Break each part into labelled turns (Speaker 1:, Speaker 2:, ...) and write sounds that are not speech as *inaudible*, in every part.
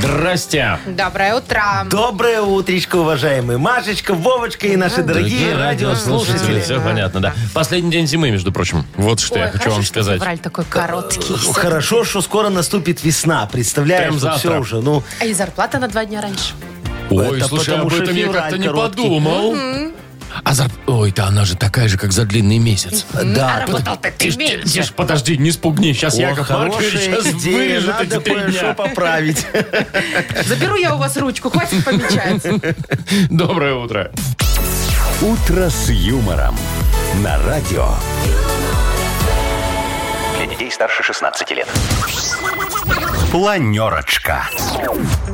Speaker 1: Здрасте.
Speaker 2: Доброе утро.
Speaker 3: Доброе утречко, уважаемые Машечка, Вовочка и наши дорогие радиослушатели.
Speaker 1: Все понятно, да. Последний день зимы, между прочим. Вот что
Speaker 2: Ой,
Speaker 1: я хочу
Speaker 2: хорошо,
Speaker 1: вам
Speaker 2: что
Speaker 1: сказать. Э,
Speaker 2: февраль такой короткий.
Speaker 3: Ну, Хорошо, что скоро наступит весна. Представляешь,
Speaker 1: Прям завтра.
Speaker 3: все уже. Ну,
Speaker 2: А и зарплата на два дня раньше.
Speaker 1: Ой,
Speaker 3: Это
Speaker 1: слушай,
Speaker 3: потому
Speaker 1: об
Speaker 3: что
Speaker 1: этом я
Speaker 3: февраль
Speaker 1: как-то не
Speaker 3: короткий.
Speaker 1: подумал. А за... Ой, да она же такая же, как за длинный месяц.
Speaker 3: да,
Speaker 2: Работал-то А ты
Speaker 1: Ты ж- ты- ты
Speaker 2: меньше.
Speaker 1: ж подожди, не спугни. Сейчас
Speaker 3: О,
Speaker 1: Яков Маркович
Speaker 3: хорошая
Speaker 1: сейчас
Speaker 3: идея,
Speaker 1: вырежет эти
Speaker 3: надо
Speaker 1: три
Speaker 3: кое-что
Speaker 1: дня.
Speaker 3: поправить.
Speaker 2: Заберу я у вас ручку, хватит помечать.
Speaker 1: Доброе утро.
Speaker 4: «Утро с юмором» на радио. Для детей старше 16 лет. Планерочка.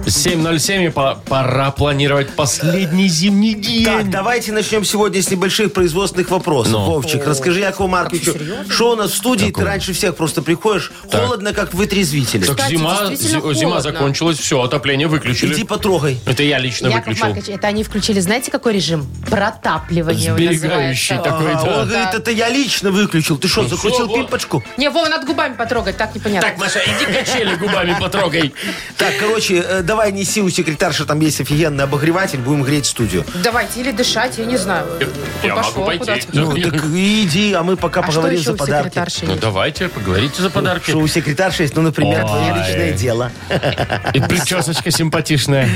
Speaker 1: 7.07 и по- пора планировать последний зимний день.
Speaker 3: Так, давайте начнем сегодня с небольших производственных вопросов.
Speaker 1: Ну.
Speaker 3: Вовчик, расскажи Якову Марковичу, что у нас в студии, ты раньше всех просто приходишь, холодно, как вытрезвитель.
Speaker 1: Так
Speaker 2: Кстати,
Speaker 1: зима,
Speaker 2: действительно
Speaker 1: зи- зима
Speaker 2: холодно.
Speaker 1: закончилась, все, отопление выключили.
Speaker 3: Иди потрогай.
Speaker 1: Это я лично
Speaker 2: Яков
Speaker 1: выключил.
Speaker 2: Маркович, это они включили, знаете, какой режим? Протапливание он
Speaker 1: Сберегающий
Speaker 2: называется.
Speaker 1: такой,
Speaker 3: А,
Speaker 1: да. Ну,
Speaker 3: Он говорит, это я лично выключил. Ты что, закрутил
Speaker 1: вот.
Speaker 3: пипочку?
Speaker 2: Не, Вова, надо губами потрогать, так непонятно.
Speaker 1: Так, Маша, иди качели губами потрогай.
Speaker 3: Так, короче, э, давай неси у секретарши, там есть офигенный обогреватель, будем греть студию.
Speaker 2: Давайте, или дышать, я не знаю.
Speaker 1: Я
Speaker 2: пошло
Speaker 1: могу пойти.
Speaker 2: куда-то.
Speaker 3: Ну, так иди, а мы пока
Speaker 2: А что
Speaker 3: поговорим
Speaker 2: еще
Speaker 3: за
Speaker 2: у
Speaker 3: подарки.
Speaker 2: секретарши
Speaker 1: Ну
Speaker 2: есть?
Speaker 1: давайте, поговорите за подарки.
Speaker 3: Что у секретарши есть, ну, например, твое
Speaker 1: Ой.
Speaker 3: личное дело.
Speaker 1: И причесочка симпатичная.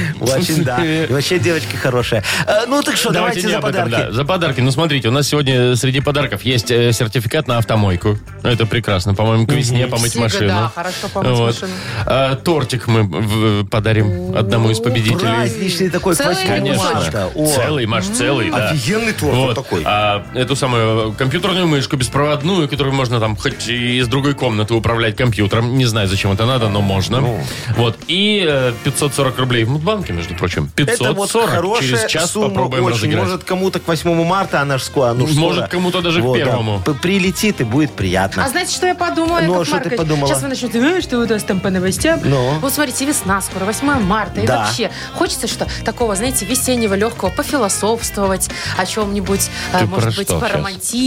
Speaker 1: *laughs*
Speaker 3: Очень, да. И Вообще девочка хорошая. Э, Ну, так что,
Speaker 1: Давайте,
Speaker 3: давайте
Speaker 1: не
Speaker 3: за
Speaker 1: об этом, да.
Speaker 3: подарки.
Speaker 1: За подарки. Ну, смотрите, у нас сегодня среди подарков есть э, сертификат на автомойку. Ну, это прекрасно. По-моему, к весне помыть
Speaker 2: Всегда
Speaker 1: машину.
Speaker 2: хорошо помыть машину.
Speaker 1: А, тортик мы в- подарим одному из победителей.
Speaker 3: Праздничный такой
Speaker 2: Целый
Speaker 3: квасной
Speaker 2: кусочек.
Speaker 3: Машка. О,
Speaker 1: Целый, Маш, целый, да.
Speaker 3: Офигенный торт вот
Speaker 1: Вот.
Speaker 3: такой.
Speaker 1: А эту самую компьютерную мышку беспроводную, которую можно там хоть и из другой комнаты управлять компьютером. Не знаю, зачем это надо, но можно.
Speaker 3: Ну.
Speaker 1: Вот. И э, 540 рублей в Мудбанке, между прочим. 540.
Speaker 3: Это вот хорошая
Speaker 1: Через час
Speaker 3: сумма
Speaker 1: попробуем
Speaker 3: очень.
Speaker 1: разыграть.
Speaker 3: Может, кому-то к 8 марта, она ж скоро. ну, ж
Speaker 1: Может,
Speaker 3: скоро.
Speaker 1: кому-то даже к
Speaker 3: Вот, да.
Speaker 1: первому.
Speaker 3: П- Прилетит и будет приятно.
Speaker 2: А знаете, что я подумала,
Speaker 3: Ну,
Speaker 2: Яков
Speaker 3: а что ты
Speaker 2: Маркович?
Speaker 3: подумала?
Speaker 2: Сейчас вы начнете, «Э, что у нас там по новостям.
Speaker 3: Ну?
Speaker 2: Вот смотрите, весна скоро, 8 марта. И
Speaker 3: Да.
Speaker 2: вообще, хочется что такого, знаете, весеннего, легкого, пофилософствовать о чем-нибудь, э,
Speaker 1: Ты про
Speaker 2: может быть,
Speaker 1: что щас?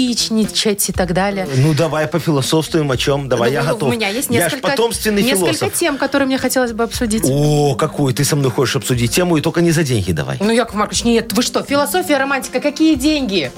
Speaker 2: поромантичничать и так далее.
Speaker 3: Ну, давай пофилософствуем о чем. Давай,
Speaker 2: Ну,
Speaker 3: я
Speaker 2: у-
Speaker 3: готов.
Speaker 2: У меня есть
Speaker 3: я
Speaker 2: несколько,
Speaker 3: ж потомственный
Speaker 2: несколько
Speaker 3: философ.
Speaker 2: тем, которые мне хотелось бы обсудить.
Speaker 3: О, какую ты со мной хочешь обсудить тему, и только не за деньги давай.
Speaker 2: Ну, Яков Маркович, нет, вы что, философия, романтика, какие деньги?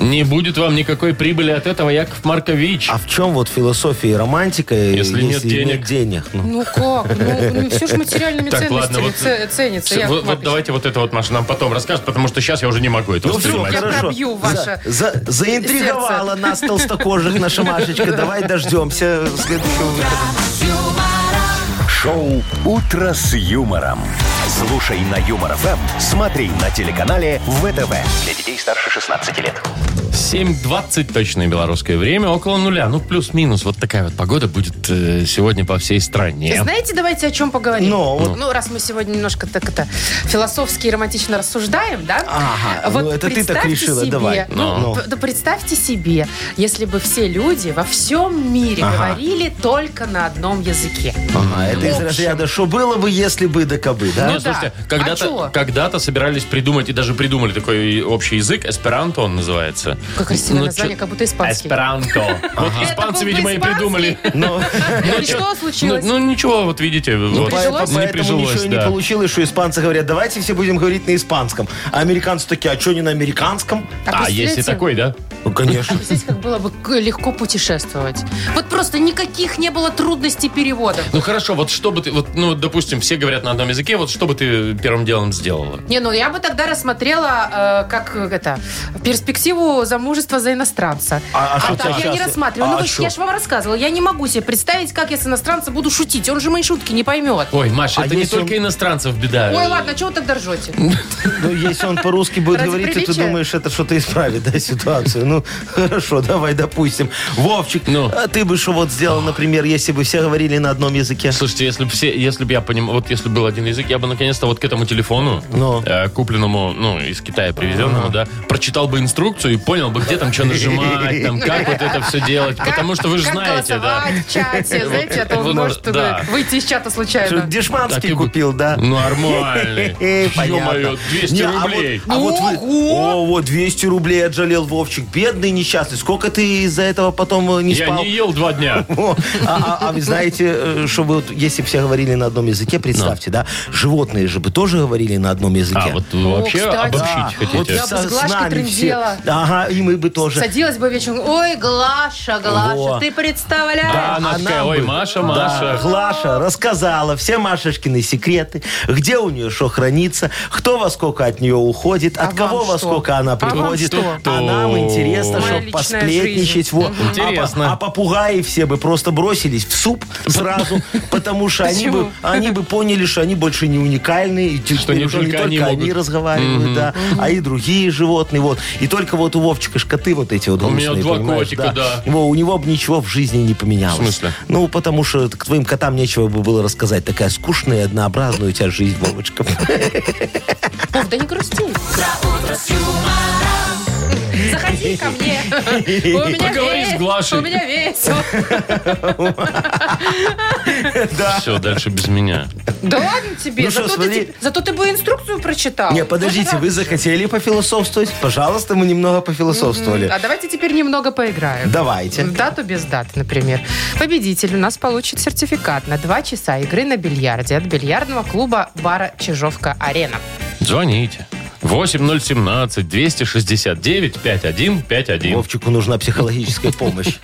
Speaker 1: Не будет вам никакой прибыли от этого, Яков Маркович.
Speaker 3: А в чем вот философия и романтика,
Speaker 1: Если нет денег.
Speaker 3: денег? Ну,
Speaker 2: Ну как? Ну, все же материальными
Speaker 1: Так, ладно,
Speaker 2: ценностями
Speaker 1: вот-
Speaker 2: ц- ценится,
Speaker 1: Всё,
Speaker 2: Яков
Speaker 1: вот, вот
Speaker 2: Маркович.
Speaker 1: давайте вот это вот Маша нам потом расскажет, потому что сейчас я уже не могу это
Speaker 3: Ну, всё,
Speaker 1: воспринимать.
Speaker 2: я
Speaker 3: хорошо.
Speaker 2: пробью
Speaker 3: За-
Speaker 2: ваше
Speaker 3: за- заинтриговала
Speaker 2: сердце.
Speaker 3: нас толстокожих наша Машечка. Давай дождемся следующего выхода.
Speaker 4: Шоу «Утро с юмором». Слушай на Юмор ФМ, смотри на телеканале ВТВ. Для детей старше 16 лет.
Speaker 1: 7.20 точное белорусское время, около нуля. Ну, плюс-минус. Вот такая вот погода будет э, сегодня по всей стране.
Speaker 2: Э, Знаете, давайте о чем поговорим.
Speaker 3: Ну, вот.
Speaker 2: ну, раз мы сегодня немножко так это философски и романтично рассуждаем, да?
Speaker 3: Ага, ну, это ты так
Speaker 2: представьте
Speaker 3: решила,
Speaker 2: себе,
Speaker 3: давай.
Speaker 2: Ну,
Speaker 3: Ну.
Speaker 2: п- да представьте себе, если бы все люди во всем мире
Speaker 3: Ага.
Speaker 2: говорили только на одном языке.
Speaker 1: А
Speaker 3: Ага, А, это из разряда «Что было бы, если бы да кабы», да?
Speaker 1: Нет,
Speaker 2: Ну да.
Speaker 1: слушайте,
Speaker 2: А
Speaker 1: когда-то
Speaker 2: чё?
Speaker 1: когда собирались придумать, и даже придумали такой общий язык, эсперанто он называется.
Speaker 2: Как красивое
Speaker 1: Ну,
Speaker 2: название,
Speaker 1: чё-
Speaker 2: как будто испанский. *laughs*
Speaker 1: Эсперанто. Вот
Speaker 2: Это
Speaker 1: испанцы,
Speaker 2: был бы
Speaker 1: видимо, и
Speaker 2: испанский. *laughs*
Speaker 1: придумали.
Speaker 3: Ну, *laughs*
Speaker 2: И что
Speaker 1: Ну,
Speaker 2: случилось?
Speaker 1: ну, ничего, вот видите, вот,
Speaker 2: прижилось?
Speaker 1: не
Speaker 3: поэтому
Speaker 1: прижилось,
Speaker 3: ничего и не
Speaker 1: да.
Speaker 3: получилось, что испанцы говорят, давайте все будем говорить на испанском. А американцы такие, а что не на американском?
Speaker 1: А, есть и
Speaker 2: представляете?
Speaker 1: такой, да?
Speaker 3: Ну, конечно.
Speaker 2: Представляете, как было бы к- легко путешествовать. Вот просто никаких не было трудностей переводов.
Speaker 1: Ну хорошо, вот что бы ты, вот, ну, допустим, все говорят на одном языке, вот что бы ты первым делом сделала?
Speaker 2: Не, ну я бы тогда рассмотрела э, как э, это перспективу замужества за иностранца.
Speaker 3: А- а что
Speaker 2: так
Speaker 3: ты
Speaker 2: я не
Speaker 3: сейчас-
Speaker 2: рассматриваю. ну
Speaker 3: а
Speaker 2: вы ж-
Speaker 3: что?
Speaker 2: я же вам рассказывала, я не могу себе представить, как я с иностранца буду шутить. Он же мои шутки не поймет.
Speaker 1: Ой, Маша,
Speaker 3: А
Speaker 1: это не
Speaker 3: если он-
Speaker 1: только иностранцев беда.
Speaker 3: Э,
Speaker 2: Ой, ладно, чего вы тогда ржете?
Speaker 3: Ну, если он по-русски будет
Speaker 2: Ради
Speaker 3: говорить, то ты
Speaker 2: приличия.
Speaker 3: думаешь, это что-то исправит, да, ситуацию. ну хорошо, давай допустим. Вовчик,
Speaker 1: Ну.
Speaker 3: а ты бы что вот сделал, например, если бы все говорили на одном языке?
Speaker 1: Слушайте, если бы все, если бы я понимал, вот если был один язык, я бы наконец-то вот к этому телефону,
Speaker 3: Ну.
Speaker 1: э, купленному, ну, из Китая привезенному, да, прочитал бы инструкцию и понял бы, где там что нажимать, там, как вот это все делать. Потому что вы же
Speaker 2: Как
Speaker 1: знаете, да.
Speaker 2: голосовать в чате, знаете, а то
Speaker 1: Вот,
Speaker 2: может
Speaker 1: да.
Speaker 2: э, выйти из чата случайно.
Speaker 1: Так
Speaker 3: Дешманский
Speaker 1: и бы-
Speaker 3: купил, да?
Speaker 1: Нормальный.
Speaker 3: Э, *laughs* понятно.
Speaker 1: Ё-моё, 200
Speaker 3: Не, а вот-
Speaker 1: рублей.
Speaker 3: а вот вы-
Speaker 2: Ого!
Speaker 3: О, вот 200 рублей отжалел Вовчик. Бедный несчастный. Сколько ты из-за этого потом э, не
Speaker 1: Я
Speaker 3: спал?
Speaker 1: не ел два дня.
Speaker 3: О, а, а- а вы знаете, э, что вы, вот, если бы все говорили на одном языке, представьте, да, животные же бы тоже говорили на одном языке.
Speaker 1: А, вот вы вообще
Speaker 2: кстати.
Speaker 1: обобщить
Speaker 2: Да.
Speaker 1: хотите.
Speaker 2: Я бы с Глашкой
Speaker 3: нами все.
Speaker 2: трындела.
Speaker 3: Ага, и мы бы тоже.
Speaker 2: Садилась бы вечером, ой, Глаша, Глаша,
Speaker 3: Во.
Speaker 2: ты представляешь?
Speaker 1: Да, она такая,
Speaker 3: нам
Speaker 1: ой,
Speaker 3: бы-
Speaker 1: Маша,
Speaker 3: Да,
Speaker 1: Маша.
Speaker 3: Глаша рассказала все Машечкины секреты, где у нее что хранится, кто во сколько от нее уходит, от
Speaker 2: А вам
Speaker 3: кого во
Speaker 2: что?
Speaker 3: сколько она
Speaker 2: А вам
Speaker 3: приходит.
Speaker 2: что?
Speaker 3: А нам интересно,
Speaker 2: Моя
Speaker 3: чтобы
Speaker 2: личная
Speaker 3: посплетничать.
Speaker 2: жизнь.
Speaker 3: Вот.
Speaker 2: Мгм.
Speaker 3: А по-
Speaker 1: Интересно.
Speaker 3: А, попугаи все бы просто бросились в суп сразу,
Speaker 2: *laughs*
Speaker 3: потому что они бы, они бы поняли, что они больше не уникальны, и теперь
Speaker 1: Что не
Speaker 3: уже
Speaker 1: только они могут.
Speaker 3: разговаривают, да, а и другие животные. Вот. И только вот у Вовчика ж коты вот эти вот
Speaker 1: У меня
Speaker 3: грустные,
Speaker 1: два
Speaker 3: понимаешь,
Speaker 1: котика, да.
Speaker 3: Во, у него бы ничего в жизни не поменялось.
Speaker 1: В смысле?
Speaker 3: Ну, потому что к твоим котам нечего бы было рассказать. Такая скучная и однообразная у тебя жизнь,
Speaker 1: *laughs*
Speaker 3: Вовочка.
Speaker 2: Ой, да не грусти. Заходи ко
Speaker 1: *laughs*
Speaker 2: мне. У меня
Speaker 1: Поговори с
Speaker 2: вес-
Speaker 1: Глашей.
Speaker 2: У меня весело.
Speaker 1: Все, дальше без меня.
Speaker 2: Да ладно тебе.
Speaker 3: Ну что,
Speaker 2: зато, ты,
Speaker 3: смотри.
Speaker 2: те- зато ты бы инструкцию прочитал.
Speaker 3: Не, подождите, вы захотели пофилософствовать? Пожалуйста, мы немного пофилософствовали.
Speaker 2: А давайте теперь немного поиграем.
Speaker 3: Давайте.
Speaker 2: В дату без даты, например. Победитель у нас получит сертификат на 2 часа игры на бильярде от бильярдного клуба бара «Чижовка-Арена».
Speaker 1: Звоните. 8017 269 5151.
Speaker 3: Вовчику нужна психологическая помощь.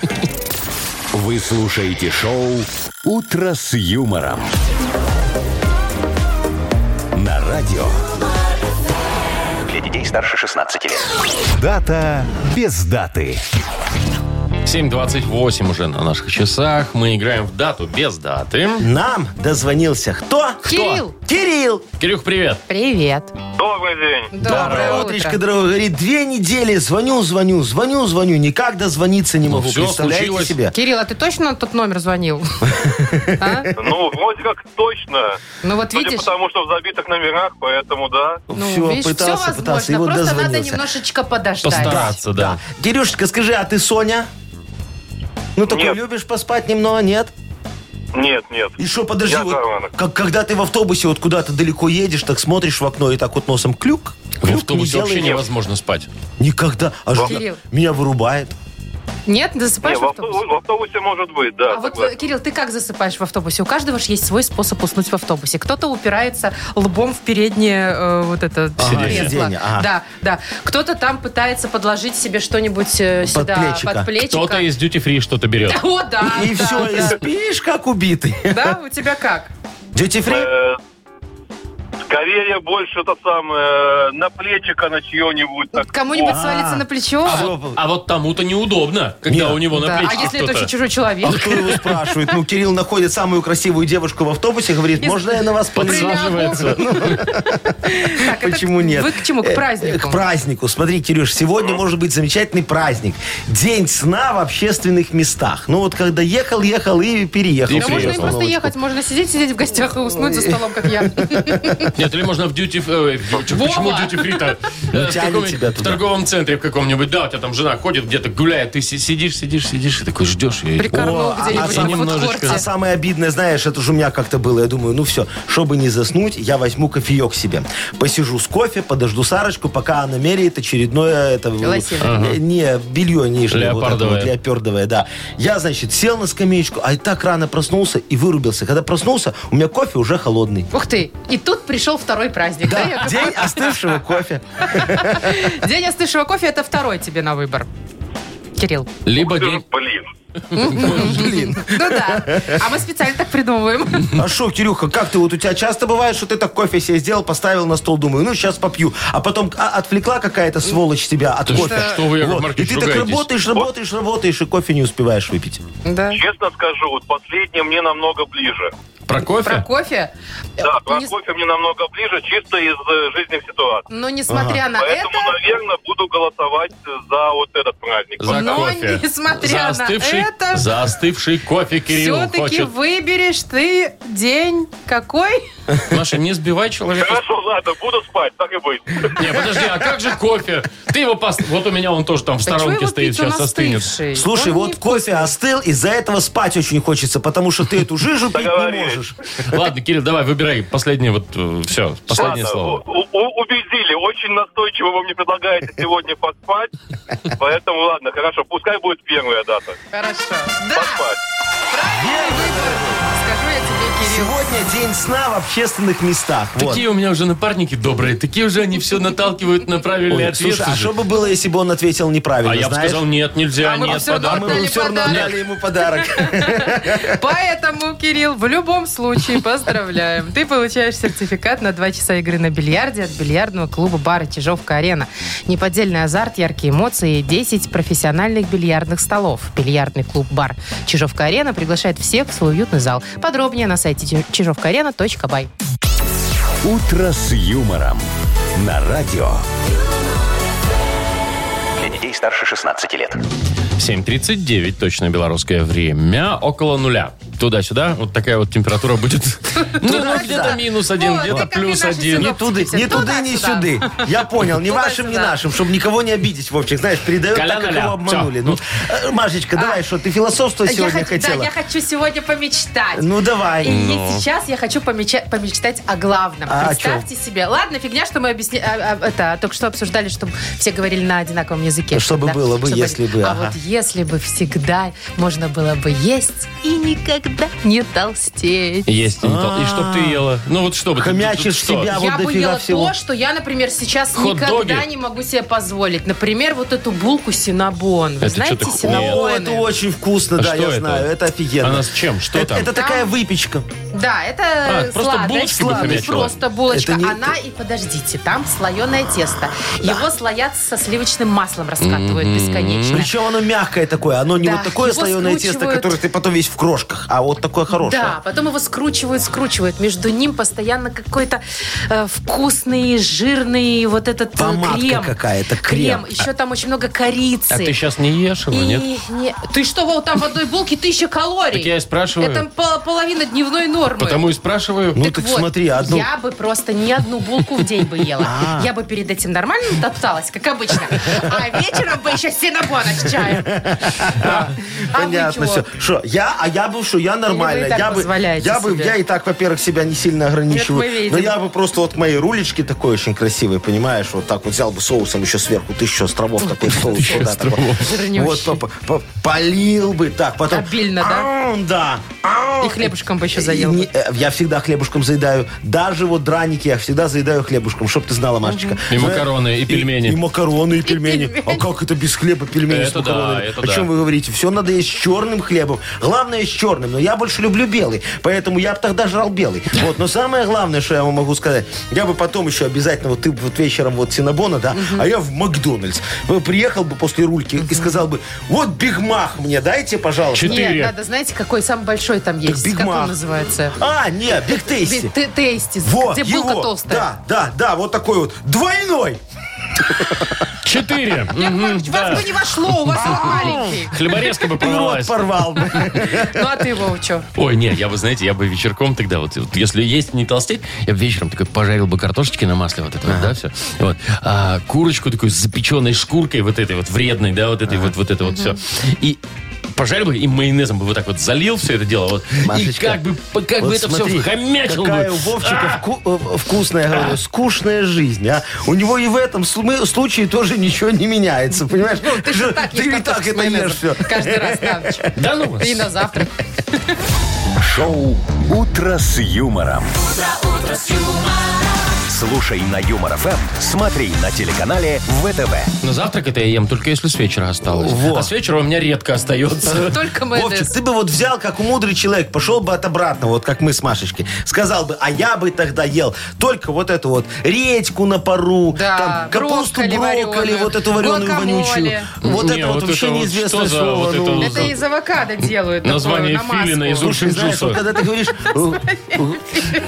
Speaker 4: Вы слушаете шоу «Утро с юмором». На радио.
Speaker 5: Для детей старше 16 лет.
Speaker 4: Дата без даты.
Speaker 1: 7.28 уже на наших часах. Мы играем в дату без даты.
Speaker 3: Нам дозвонился кто?
Speaker 2: Кирилл.
Speaker 3: Кто? Кирилл.
Speaker 1: Кирюх, привет.
Speaker 2: Привет.
Speaker 6: Добрый день.
Speaker 3: Доброе утречко, дорогой. Говорит, две недели звоню, звоню, звоню, звоню. Никак дозвониться не могу.
Speaker 1: Ну, всё,
Speaker 3: Представляете
Speaker 1: случилось.
Speaker 3: себе?
Speaker 2: Кирилл, а ты точно на тот номер
Speaker 3: *laughs*
Speaker 2: звонил? А?
Speaker 6: Ну, вроде как точно.
Speaker 2: Ну вот
Speaker 6: Судя
Speaker 2: видишь,
Speaker 6: по тому, что в забитых номерах, поэтому да.
Speaker 2: ну,
Speaker 3: Всё,
Speaker 2: видишь, все
Speaker 3: пытался, пытался. И
Speaker 2: возможно.
Speaker 3: вот
Speaker 2: Просто надо
Speaker 3: дозвонился.
Speaker 2: немножечко подождать.
Speaker 1: Постараться, да.
Speaker 3: Кирюшечка, скажи, а ты Соня? Ну, такой
Speaker 6: Нет.
Speaker 3: любишь поспать немного, нет?
Speaker 6: Нет, нет.
Speaker 3: И что, подожди,
Speaker 6: Я
Speaker 3: вот
Speaker 6: Таранок.
Speaker 3: как, когда ты в автобусе вот куда-то далеко едешь, так смотришь в окно и так вот носом клюк, клюк
Speaker 1: В автобусе
Speaker 3: не
Speaker 1: вообще
Speaker 3: делаешь.
Speaker 1: невозможно спать.
Speaker 3: Никогда. Аж
Speaker 2: Кирилл.
Speaker 3: меня вырубает.
Speaker 2: Нет,
Speaker 6: Не,
Speaker 2: засыпаешь
Speaker 6: в,
Speaker 2: в
Speaker 6: автобу-
Speaker 2: автобусе?
Speaker 6: в автобусе может быть, да.
Speaker 2: А вот, э,
Speaker 6: согласен.
Speaker 2: Кирилл, ты как засыпаешь в автобусе? У каждого же есть свой способ уснуть в автобусе. Кто-то упирается лбом в переднее э, вот это
Speaker 3: Ага,
Speaker 2: кресло.
Speaker 3: сиденье, ага.
Speaker 2: Да, да. Кто-то там пытается подложить себе что-нибудь э, сюда
Speaker 3: Подплечика.
Speaker 2: под плечико.
Speaker 1: Кто-то из duty free что-то берет.
Speaker 2: *laughs* О, да.
Speaker 3: И
Speaker 2: А, да,
Speaker 3: все, и
Speaker 2: да.
Speaker 3: спишь, как убитый.
Speaker 2: Да, у тебя как?
Speaker 3: Дьюти фри?
Speaker 6: Э,
Speaker 2: э,
Speaker 6: Скорее больше то самое на плечика на чье-нибудь. так.
Speaker 2: Кому-нибудь
Speaker 6: О,
Speaker 2: свалится на плечо?
Speaker 1: А вот, а вот тому-то неудобно, когда
Speaker 3: Нет.
Speaker 1: у него на
Speaker 2: Да. А
Speaker 1: плечике
Speaker 2: если это
Speaker 1: кто-то.
Speaker 2: очень чужой
Speaker 3: *laughs*
Speaker 2: человек?
Speaker 3: А кто его спрашивает? Ну, Кирилл находит самую красивую девушку в автобусе, говорит, можно я на вас
Speaker 2: Прилягу.
Speaker 3: подсажу?
Speaker 2: Так, это
Speaker 3: Почему нет?
Speaker 2: Вы к чему? К
Speaker 3: Э,
Speaker 2: празднику?
Speaker 3: К празднику. Смотри, Кирюш, сегодня может быть замечательный праздник. День сна в общественных местах. Ну вот когда ехал, ехал и переехал.
Speaker 1: И
Speaker 2: Да можно и
Speaker 1: Интересно,
Speaker 2: просто
Speaker 3: Вовочка.
Speaker 2: ехать, можно сидеть, сидеть в гостях и уснуть за столом, как
Speaker 3: *laughs*
Speaker 2: я.
Speaker 1: Нет, или можно в duty free... э, в duty-
Speaker 2: Вова!
Speaker 1: Почему duty free-то? Э, в
Speaker 3: тянет
Speaker 1: каком-нибудь-
Speaker 3: тебя
Speaker 1: В
Speaker 3: туда.
Speaker 1: торговом центре в каком-нибудь. Да, у тебя там жена ходит, где-то гуляет. Ты си- сидишь, сидишь, сидишь и такой ждешь. и-
Speaker 2: Прикорнул
Speaker 3: О, а
Speaker 2: где-нибудь
Speaker 1: сам-
Speaker 2: на
Speaker 1: немножечко.
Speaker 2: фудкорте.
Speaker 3: А самое обидное, знаешь, это же у меня как-то было. Я думаю, ну все, чтобы не заснуть, я возьму кофеек себе. Посижу с кофе, подожду Сарочку, пока она меряет очередное... Это,
Speaker 2: Лосиное.
Speaker 3: э, Не, белье нижнее. вот это
Speaker 1: Леопардовое.
Speaker 3: вот, леопардовое, да. Я, значит, сел на скамеечку, а и так рано проснулся и вырубился. Когда проснулся, у меня кофе уже холодный.
Speaker 2: Ух ты! И тут пришел второй праздник. Да,
Speaker 3: Да,
Speaker 2: Яков?
Speaker 3: день остывшего кофе.
Speaker 2: День остывшего кофе это второй тебе на выбор. Кирилл.
Speaker 1: Либо
Speaker 6: ты же,
Speaker 1: день...
Speaker 6: Блин.
Speaker 3: Блин.
Speaker 2: Ну да. А мы специально так придумываем.
Speaker 3: А что, Кирюха, как ты вот у тебя часто бывает, что ты так кофе себе сделал, поставил на стол, думаю, ну сейчас попью, а потом а, отвлекла какая-то сволочь тебя от
Speaker 1: Да
Speaker 3: кофе.
Speaker 1: что- что вы, Яков
Speaker 3: И
Speaker 1: Маркович,
Speaker 3: ты так
Speaker 1: ругаетесь?
Speaker 3: работаешь, работаешь, работаешь, и кофе не успеваешь выпить.
Speaker 2: Да.
Speaker 6: Честно скажу, вот последнее мне намного ближе.
Speaker 1: Про кофе?
Speaker 2: Про кофе?
Speaker 6: Да, про
Speaker 2: Не-
Speaker 6: кофе мне намного ближе, чисто из э, жизненных ситуаций.
Speaker 2: Но ну, несмотря на
Speaker 6: Поэтому,
Speaker 2: А это...
Speaker 6: наверное, буду голосовать э, за вот этот праздник.
Speaker 1: За
Speaker 2: Но
Speaker 1: кофе.
Speaker 2: несмотря
Speaker 1: за
Speaker 2: на
Speaker 1: остывший,
Speaker 2: это,
Speaker 1: За остывший кофе Кирилл
Speaker 2: Все-таки
Speaker 1: хочет.
Speaker 2: выберешь ты день какой?
Speaker 1: Маша, не сбивай человека.
Speaker 6: Хорошо, ладно, буду спать, так и быть.
Speaker 1: Не, подожди, а как же кофе? Ты его пос... Вот у меня он тоже там в
Speaker 2: Да чё
Speaker 1: сторонке
Speaker 2: его
Speaker 1: стоит,
Speaker 2: пить? Он
Speaker 1: сейчас остынет.
Speaker 2: остывший.
Speaker 3: Слушай,
Speaker 2: Он
Speaker 3: вот
Speaker 2: Ну, не-
Speaker 3: кофе остыл, из-за этого спать очень хочется, потому что ты эту жижу пить не
Speaker 6: Договорились.
Speaker 3: можешь.
Speaker 1: Ладно, Кирилл, давай, выбирай последнее вот, все, последнее
Speaker 6: Ладно,
Speaker 1: слово.
Speaker 6: у- у- убедили, очень настойчиво вы мне предлагаете сегодня поспать, поэтому ладно, хорошо, пускай будет первая дата.
Speaker 2: Хорошо. Да,
Speaker 6: Поспать.
Speaker 2: правильный выбор. Скажу я тебе, Кирилл.
Speaker 3: Сегодня день сна в общественных местах. Вот.
Speaker 1: Такие у меня уже напарники добрые, такие уже они все наталкивают на
Speaker 3: Ой,
Speaker 1: правильный ответ.
Speaker 3: слушай, а
Speaker 1: уже.
Speaker 3: что бы было, если бы он ответил неправильно,
Speaker 1: А я бы
Speaker 3: знаешь?
Speaker 1: сказал, нет, нельзя,
Speaker 2: А мы
Speaker 1: нет,
Speaker 2: всё равно
Speaker 3: а
Speaker 1: подарок.
Speaker 3: мы
Speaker 2: Отдали
Speaker 3: бы все равно
Speaker 2: подарок.
Speaker 3: дали ему подарок.
Speaker 2: *laughs* Поэтому, Кирилл, в любом случае поздравляем. Ты получаешь сертификат на 2 часа игры на бильярде от бильярдного клуба бара «Чижовка-арена». Неподдельный азарт, яркие эмоции и 10 профессиональных бильярдных столов. Бильярдный клуб-бар «Чижовка-арена» приглашает всех в свой уютный зал. Подробнее на сайте чижовкаарена.бай.
Speaker 4: «Утро с юмором» на радио.
Speaker 5: Для детей старше 16 лет.
Speaker 1: 7.39, точно белорусское время, около нуля. Туда-сюда, вот такая вот температура
Speaker 2: *laughs*
Speaker 1: будет. Ну, ну, где-то минус один,
Speaker 2: Вот,
Speaker 1: где-то
Speaker 2: как и
Speaker 1: плюс
Speaker 2: наши
Speaker 1: один.
Speaker 3: Не туды, не туды, не
Speaker 2: Туда-сюда.
Speaker 3: сюды. Я понял, не вашим, не
Speaker 2: Туда-сюда.
Speaker 3: нашим, чтобы никого не обидеть, Вовчик. Знаешь, передает так, как
Speaker 1: Каля-ля-ля.
Speaker 3: его обманули. Ну, э, Машечка, давай, что, ты философствовать сегодня
Speaker 2: А. я хочу, Да,
Speaker 3: хотела?
Speaker 2: я хочу сегодня помечтать.
Speaker 3: Ну, давай.
Speaker 2: И сейчас я хочу помеча- помечтать о главном.
Speaker 3: А о
Speaker 2: Представьте себе. Ладно, фигня, что мы объясни... а, а, это, только что обсуждали, чтобы все говорили на одинаковом языке.
Speaker 3: Что бы Ну, было бы, если бы,
Speaker 2: А
Speaker 3: ага.
Speaker 2: вот если бы всегда можно было бы есть и никогда не толстеть.
Speaker 1: Есть, не то. и чтоб
Speaker 2: А.
Speaker 1: ты ела. Ну вот что бы ты-
Speaker 3: Хомячишь
Speaker 1: тут что?
Speaker 3: себя. А вот
Speaker 2: я бы
Speaker 3: дофига
Speaker 2: ела
Speaker 3: всего.
Speaker 2: то, что я, например, сейчас
Speaker 1: Хот-доги?
Speaker 2: никогда не могу себе позволить. Например, вот эту булку синабон. Вы
Speaker 1: Это
Speaker 2: знаете
Speaker 1: чё-то
Speaker 3: О,
Speaker 2: синабоны?
Speaker 3: это очень вкусно,
Speaker 1: А
Speaker 3: да,
Speaker 1: что
Speaker 3: я
Speaker 1: это?
Speaker 3: знаю. Это офигенно.
Speaker 1: Она с чем? Что
Speaker 3: это,
Speaker 1: там?
Speaker 3: это такая выпечка.
Speaker 2: Да, это
Speaker 1: А, просто
Speaker 2: сладость.
Speaker 1: булочки бы
Speaker 2: Не
Speaker 1: хомячила.
Speaker 2: просто булочка.
Speaker 3: Это не-
Speaker 2: Она и, подождите, там слоеное тесто. Его слоят со сливочным маслом, раскатывают бесконечно.
Speaker 3: Причем оно мягкое такое. Оно не
Speaker 2: Да,
Speaker 3: вот такое
Speaker 2: его
Speaker 3: слоеное тесто,
Speaker 2: скручивают.
Speaker 3: которое ты потом весь в крошках, а вот такое хорошее.
Speaker 2: Да, потом его скручивают, скручивают. Между ним постоянно какой-то э, вкусный, жирный вот этот э,
Speaker 3: Помадка
Speaker 2: крем.
Speaker 3: какая-то, крем.
Speaker 2: Еще там очень много корицы.
Speaker 1: А ты сейчас не ешь его,
Speaker 2: И-
Speaker 1: нет?
Speaker 2: не- Ты что, Вов, там в одной булке тысяча калорий.
Speaker 1: Так я и спрашиваю.
Speaker 2: Это пол- половина дневной нормы.
Speaker 1: Потому и спрашиваю.
Speaker 3: Ну так смотри, одну- А.
Speaker 2: Я бы просто не одну булку в день бы
Speaker 3: *laughs*
Speaker 2: ела. Я бы перед этим нормально топталась, как обычно. А вечером бы еще синабона с чаем. А вы
Speaker 3: Понятно
Speaker 2: чего?
Speaker 3: все. Что, я, а я бы, что я нормально.
Speaker 2: вы и так
Speaker 3: я, бы,
Speaker 2: позволяете
Speaker 3: я бы,
Speaker 2: себе?
Speaker 3: я и так, во-первых, себя не сильно ограничиваю.
Speaker 2: Это мы видим.
Speaker 3: но я бы просто вот моей рулечки такой очень красивой, понимаешь, вот так вот взял бы соусом еще сверху, тысячу островов такой соус. вот так вот.
Speaker 2: Жирнющий.
Speaker 3: Вот, по- по- полил бы так, потом...
Speaker 2: Обильно, да?
Speaker 3: Ам, Да. Ам.
Speaker 2: И хлебушком бы еще
Speaker 3: И
Speaker 2: заел.
Speaker 3: не-
Speaker 2: бы.
Speaker 3: э, Я всегда хлебушком заедаю. Даже вот драники я всегда заедаю хлебушком, чтоб ты знала, Машечка.
Speaker 1: И
Speaker 3: Знаешь,
Speaker 1: макароны, и пельмени.
Speaker 3: И, макароны, и пельмени. А как это без хлеба пельмени с
Speaker 1: Это да,
Speaker 3: макаронами?
Speaker 1: это
Speaker 3: О чем
Speaker 1: да.
Speaker 3: вы говорите? Все надо есть с черным хлебом. Главное с черным, но я больше люблю белый. Поэтому я бы тогда жрал белый. Вот, но самое главное, что я вам могу сказать, я бы потом еще обязательно, вот ты бы вот вечером вот Синабона, да, а я в Макдональдс. Э, Приехал бы после рульки и сказал бы, вот бигмах мне дайте, пожалуйста.
Speaker 1: Чит- четыре.
Speaker 2: Нет, надо, знаете, какой самый большой там есть?
Speaker 3: Биг
Speaker 2: Как
Speaker 3: Мак.
Speaker 2: он называется?
Speaker 3: А, нет, Биг Тейсти.
Speaker 2: Биг Т- Тейсти,
Speaker 3: Вот,
Speaker 2: где булка
Speaker 3: его.
Speaker 2: толстая.
Speaker 3: Да, да, да, вот такой вот. Двойной.
Speaker 1: Четыре.
Speaker 2: *laughs* Яков
Speaker 1: Мгм,
Speaker 2: Маркович,
Speaker 1: да.
Speaker 2: вас бы не вошло, у вас он маленький.
Speaker 1: Хлеборезка бы
Speaker 3: И рот
Speaker 1: порвалась.
Speaker 2: *laughs*
Speaker 3: порвал бы.
Speaker 2: Ну а ты, Вов, что?
Speaker 1: Ой, не, я бы, знаете, я бы вечерком тогда, вот, вот если есть не толстеть, я бы вечером такой пожарил бы картошечки на масле, вот это вот, да, все. Вот. А курочку такой с запеченной шкуркой, вот этой вот вредной, да, вот этой вот, вот это вот все. И пожарил бы и майонезом бы вот так вот залил все это дело. Вот.
Speaker 3: Машечка,
Speaker 1: и как бы, по- как бы
Speaker 3: Вот
Speaker 1: это
Speaker 3: смотри,
Speaker 1: все хомячил
Speaker 3: Какая
Speaker 1: бы.
Speaker 3: у Вовчика
Speaker 1: А!
Speaker 3: вку- э, вкусная, я говорю, скучная жизнь, а. У него и в этом смы- случае тоже ничего не меняется, понимаешь?
Speaker 2: Ну, Ты же так
Speaker 3: Ты
Speaker 2: ешь
Speaker 3: и так
Speaker 2: картошку с
Speaker 3: это ешь
Speaker 2: майонезом.
Speaker 3: все.
Speaker 2: Каждый раз Тамыч.
Speaker 1: Да ну вас.
Speaker 2: И на завтрак.
Speaker 4: Шоу «Утро с юмором». Слушай на Юмор ФМ, смотри на телеканале ВТВ.
Speaker 1: На завтрак это я ем только если с вечера осталось.
Speaker 3: Во.
Speaker 1: А с вечера у меня редко остается.
Speaker 3: *laughs*
Speaker 2: Только
Speaker 3: Вовчик,
Speaker 2: майонез.
Speaker 3: ты бы вот взял, как мудрый человек, пошел бы от обратного, вот как мы с Машечкой. Сказал бы, а я бы тогда ел только вот эту вот редьку на пару,
Speaker 2: Да,
Speaker 3: там капусту,
Speaker 2: брокколи
Speaker 3: брокколи,
Speaker 2: вареную,
Speaker 3: вот эту вареную
Speaker 2: гуакамоле.
Speaker 3: вонючую. Вот
Speaker 1: Не,
Speaker 3: это вот,
Speaker 1: вот
Speaker 3: вообще
Speaker 1: это вот
Speaker 3: неизвестное
Speaker 1: что за
Speaker 3: слово.
Speaker 1: вот это
Speaker 3: ну.
Speaker 1: вот
Speaker 2: Это из авокадо делают. такую
Speaker 1: Название
Speaker 2: намазку.
Speaker 1: филина из уш-
Speaker 3: Слушай, знаешь, вот когда ты говоришь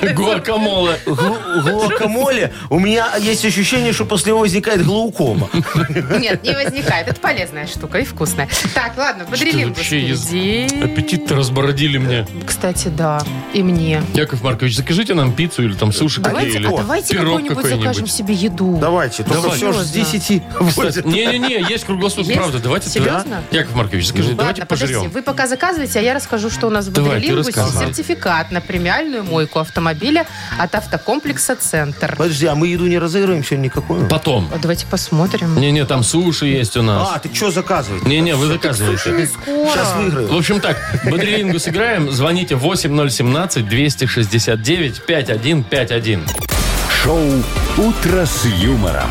Speaker 3: «Э,
Speaker 1: Гуакамоле.
Speaker 3: «гу- гуакамоле, у меня есть ощущение, что после него возникает глаукома.
Speaker 2: Нет, не возникает. Это полезная штука и вкусная. Так, ладно, бодрелингус
Speaker 1: вообще из-
Speaker 2: впереди.
Speaker 1: Аппетит-то разбородили мне.
Speaker 2: Кстати, да, и мне.
Speaker 1: Яков Маркович, закажите нам пиццу или там суши
Speaker 2: Давайте,
Speaker 1: какие или
Speaker 2: а давайте
Speaker 1: пирог
Speaker 2: какую-нибудь закажем
Speaker 1: какой-нибудь.
Speaker 2: себе еду.
Speaker 3: Давайте, только
Speaker 1: Давай.
Speaker 3: все же с 10
Speaker 1: Кстати, Не-не-не, есть круглосуточно,
Speaker 2: Есть?
Speaker 1: правда. Давайте
Speaker 2: Серьезно? Ну,
Speaker 1: Да. Яков Маркович, закажи,
Speaker 2: Ладно,
Speaker 1: давайте
Speaker 2: подожди,
Speaker 1: пожрем.
Speaker 2: вы пока заказываете, а я расскажу, что у нас в
Speaker 1: Давай, ты
Speaker 2: Бодрилингусе
Speaker 1: рассказывай.
Speaker 2: сертификат на премиальную мойку автомобиля от автокомплекса «Центр».
Speaker 3: Подожди, а мы еду не разыгрываем сегодня никакую?
Speaker 1: Потом.
Speaker 2: А Давайте посмотрим.
Speaker 1: Не-не, там суши есть у
Speaker 3: А,
Speaker 1: нас.
Speaker 3: ты что заказываешь?
Speaker 1: Не-не, вы заказываете.
Speaker 2: Скоро.
Speaker 3: Сейчас
Speaker 1: В
Speaker 3: выиграю.
Speaker 1: общем так, Бодрилингу сыграем. Звоните 8017-269-5151.
Speaker 4: Шоу «Утро с юмором»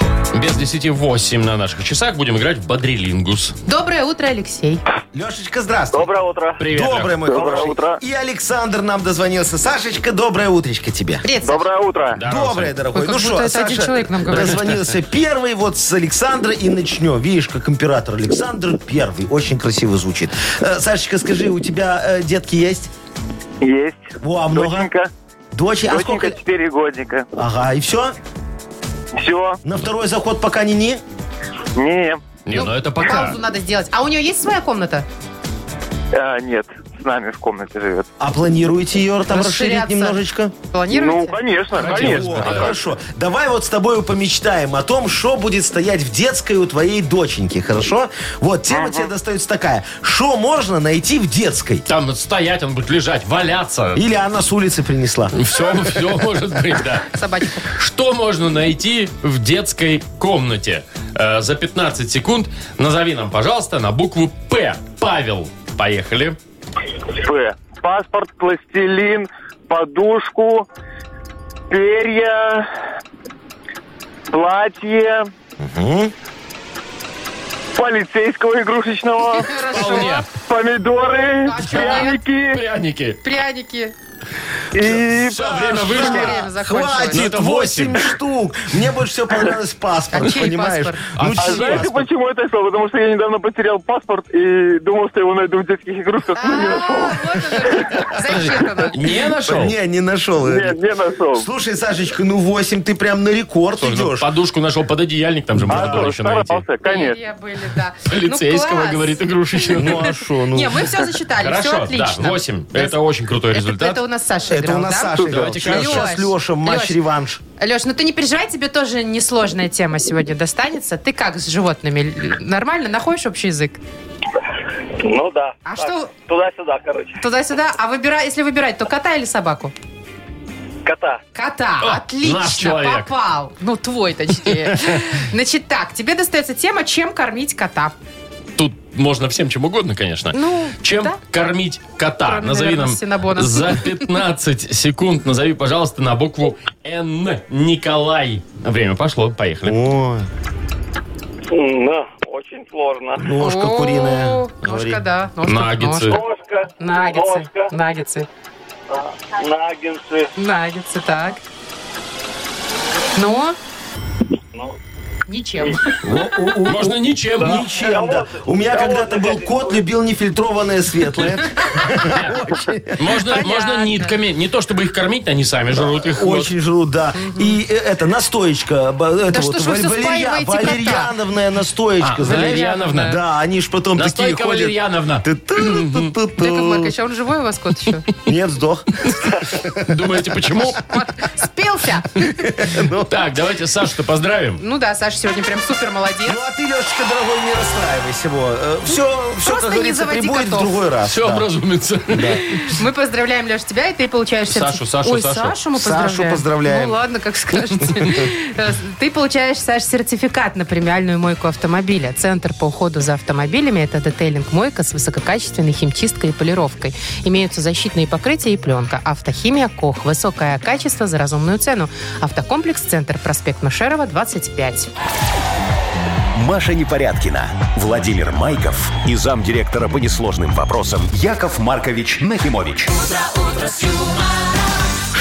Speaker 1: Без 10-8 на наших часах будем играть в Бодрилингус.
Speaker 2: Доброе утро, Алексей.
Speaker 3: Лешечка, здравствуй.
Speaker 6: Доброе утро.
Speaker 1: Привет.
Speaker 3: Доброе, мой
Speaker 6: Доброе
Speaker 3: хороший.
Speaker 6: утро.
Speaker 3: И Александр нам дозвонился. Сашечка, доброе утречко тебе.
Speaker 2: Привет, Саш.
Speaker 6: Доброе утро.
Speaker 1: Здорово,
Speaker 3: Доброе,
Speaker 1: Сань.
Speaker 3: дорогой.
Speaker 2: Ой, как
Speaker 3: ну
Speaker 2: будто
Speaker 3: что,
Speaker 2: это один человек нам говорит.
Speaker 3: дозвонился первый, вот с Александра и начнем. Видишь, как император Александр первый. Очень красиво звучит. Э, Сашечка, скажи, у тебя э, детки есть?
Speaker 7: Есть.
Speaker 3: Во, а много?
Speaker 7: Доченька.
Speaker 3: Дочь? А сколько?
Speaker 7: Доченька четырехгодника.
Speaker 3: Ага, и все?
Speaker 7: Все.
Speaker 3: На второй заход пока не не?
Speaker 7: Не.
Speaker 1: Не, ну это пока.
Speaker 2: Паузу надо сделать. А у нее есть своя комната?
Speaker 7: А, нет. С нами в комнате живет.
Speaker 3: А планируете ее там расширить
Speaker 2: Расширяться.
Speaker 3: немножечко?
Speaker 7: Ну,
Speaker 2: Планируете?
Speaker 7: конечно,
Speaker 1: Хотелось
Speaker 7: конечно.
Speaker 1: бы,
Speaker 3: О,
Speaker 1: да.
Speaker 3: Ну, хорошо. Давай вот с тобой помечтаем о том, что будет стоять в детской у твоей доченьки, хорошо? Вот, тема тебе достается такая. Что можно найти в детской?
Speaker 1: Там вот стоять, он будет лежать, валяться.
Speaker 3: Или она с улицы принесла.
Speaker 1: Все, все может быть, да.
Speaker 2: Собачку.
Speaker 1: Что можно найти в детской комнате? Э, за 15 секунд назови нам, пожалуйста, на букву «П». Павел. Поехали.
Speaker 7: П. Паспорт, пластилин, подушку, перья, платье.
Speaker 8: *laughs*
Speaker 7: Полицейского игрушечного,
Speaker 1: Вполне.
Speaker 7: помидоры,
Speaker 2: А чё нет?
Speaker 7: пряники
Speaker 1: Пряники.
Speaker 2: Пряники.
Speaker 7: и
Speaker 1: Все, время вышло.
Speaker 2: Время закончилось.
Speaker 1: Ну,
Speaker 3: Хватит,
Speaker 1: это
Speaker 3: 8 штук. Мне больше всего понравилось
Speaker 2: А
Speaker 3: паспорт,
Speaker 2: чей
Speaker 3: понимаешь?
Speaker 2: паспорт?
Speaker 3: Ну,
Speaker 7: А
Speaker 3: чей
Speaker 7: знаете,
Speaker 3: паспорт?
Speaker 7: почему я так сказал? Потому что я недавно потерял паспорт и думал, что его найду в детских игрушках.
Speaker 2: А,
Speaker 7: Ну, не нашел.
Speaker 2: вот оно. Зачитано.
Speaker 1: Не нашел?
Speaker 3: Не, не нашел.
Speaker 8: А.
Speaker 3: Э,
Speaker 7: Нет, не нашел.
Speaker 3: Слушай, Сашечка, ну 8 ты прям на рекорд
Speaker 1: Тоже, ну,
Speaker 3: идешь.
Speaker 1: подушку нашел под одеяльник, там же
Speaker 7: А
Speaker 1: можно было
Speaker 7: что,
Speaker 1: еще найти.
Speaker 7: старался, конечно.
Speaker 2: Перья были, да. Ну,
Speaker 1: Полицейского,
Speaker 2: класс.
Speaker 1: говорит, игрушечного.
Speaker 3: Ну а что, ну...
Speaker 2: Не, мы все зачитали, все
Speaker 1: Хорошо, да,
Speaker 2: отлично.
Speaker 1: 8. Это очень крутой
Speaker 2: Это-
Speaker 1: результат.
Speaker 2: Это у нас Саша
Speaker 3: Это
Speaker 2: играл,
Speaker 3: у нас
Speaker 2: да?
Speaker 3: Саша играл.
Speaker 1: Давайте,
Speaker 3: Сейчас
Speaker 2: Лёш.
Speaker 3: сейчас Леша, матч-реванш.
Speaker 2: Леш, ну ты не переживай, тебе тоже несложная тема сегодня достанется. Ты как с животными? Нормально находишь общий язык?
Speaker 6: Ну да.
Speaker 2: А что
Speaker 6: Туда-сюда, короче.
Speaker 2: туда-сюда? А выбирай, если выбирать, то кота или собаку?
Speaker 6: Кота.
Speaker 2: Кота,
Speaker 1: О, наш
Speaker 2: отлично,
Speaker 1: человек.
Speaker 2: попал. Ну,
Speaker 1: *laughs*
Speaker 2: твой точнее. Значит так, тебе достается тема, чем кормить кота.
Speaker 1: Тут можно всем чем угодно, конечно.
Speaker 2: Ну,
Speaker 1: Чем
Speaker 2: да.
Speaker 1: кормить кота?
Speaker 2: Кроме,
Speaker 1: назови
Speaker 2: наверное,
Speaker 1: нам
Speaker 2: синабона.
Speaker 1: за 15 секунд. Назови, пожалуйста, на букву Н. Николай. Время пошло, поехали.
Speaker 3: Ой,
Speaker 6: Да, очень сложно.
Speaker 3: ножка
Speaker 2: О,
Speaker 3: куриная. Говори.
Speaker 2: Ножка, да. ножка,
Speaker 1: Наггетсы.
Speaker 2: ножка.
Speaker 6: Ножка.
Speaker 2: Наггетсы,
Speaker 6: Ножка.
Speaker 2: наггетсы,
Speaker 6: Наггетсы.
Speaker 2: наггетсы, так. Ну? Ничем.
Speaker 1: Можно ничем.
Speaker 3: Ничем, да. У меня когда-то был кот, любил нефильтрованное светлое.
Speaker 1: Можно, можно нитками. Не то, чтобы их кормить, они сами жрут их. *laughs* вот.
Speaker 3: Очень жру, да. И э, это настоечка. б- это
Speaker 2: что
Speaker 3: вот
Speaker 2: ж вы
Speaker 3: валь-
Speaker 2: всё
Speaker 3: валерья-
Speaker 2: спаиваете кота?
Speaker 3: Валерьяновная
Speaker 1: А,
Speaker 3: настоечка. знаешь?
Speaker 1: Валерьяновна.
Speaker 3: Да, они ж потом такие
Speaker 1: Настойка
Speaker 3: ходят.
Speaker 1: Валерьяновна.
Speaker 3: Ты-ту-ту-ту-ту.
Speaker 2: Яков *laughs* Маркович, а он живой у вас кот еще?
Speaker 3: Ну, Нет, сдох. *laughs*
Speaker 1: Думаете, почему?
Speaker 2: Вот, Спел Начался.
Speaker 1: Так, давайте Сашу-то поздравим.
Speaker 2: Ну да, Саша сегодня прям супер молодец.
Speaker 3: Ну а ты, Лешечка, дорогой, не расстраивайся. Вот. Все, все,
Speaker 2: Ну, Просто
Speaker 3: как
Speaker 2: не
Speaker 3: говорится,
Speaker 2: заводи
Speaker 3: прибудет в
Speaker 2: котов.
Speaker 3: другой раз.
Speaker 1: Все
Speaker 3: да.
Speaker 1: образумится.
Speaker 2: *laughs* Мы поздравляем, Леш, тебя, и ты получаешь
Speaker 1: Сашу,
Speaker 2: сертификат.
Speaker 1: Сашу,
Speaker 2: Ой,
Speaker 1: Сашу.
Speaker 2: Сашу мы
Speaker 3: Сашу
Speaker 2: поздравляем.
Speaker 3: поздравляем.
Speaker 2: Ну ладно, как скажете.
Speaker 3: *laughs*
Speaker 2: Раз. Ты получаешь, Саш, сертификат на премиальную мойку автомобиля. Центр по уходу за автомобилями – это детейлинг-мойка с высококачественной химчисткой и полировкой. Имеются защитные покрытия и пленка. Автохимия «Кох». Высокое качество за разумную цену. Автокомплекс «Центр», проспект Машерова, 25.
Speaker 4: Маша Непорядкина, Владимир Майков и замдиректора по несложным вопросам Яков Маркович Нахимович.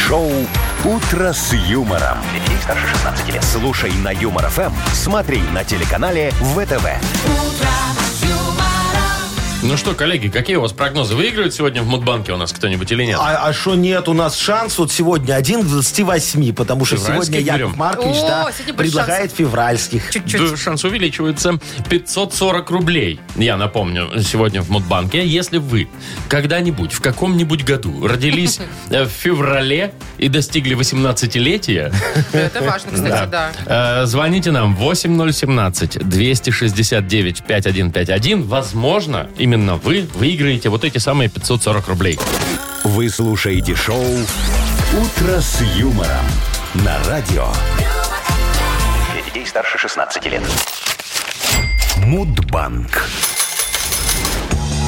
Speaker 4: Шоу Утро с юмором. Для детей старше 16 лет. Слушай на юмор ФМ, смотри на телеканале ВТВ.
Speaker 1: Ну что, коллеги, какие у вас прогнозы? Выигрывает сегодня в Мудбанке у нас кто-нибудь или нет?
Speaker 3: А что нет, у нас шанс вот сегодня 1 к 28, потому что
Speaker 1: Февральских
Speaker 3: сегодня Яков
Speaker 1: берем.
Speaker 3: Маркович
Speaker 2: О,
Speaker 3: да,
Speaker 2: сегодня больше
Speaker 3: предлагает февральских.
Speaker 1: Да, шанс увеличивается. 540 рублей, я напомню, сегодня в Мудбанке. Если вы когда-нибудь, в каком-нибудь году родились э, в феврале и достигли 18-летия,
Speaker 2: Это важно, кстати, да.
Speaker 1: э, звоните нам 8017-269-5151. Возможно, именно вы выиграете вот эти самые 540 рублей.
Speaker 4: Вы слушаете шоу Утро с юмором на радио
Speaker 5: Для детей старше 16 лет.
Speaker 4: Мудбанк.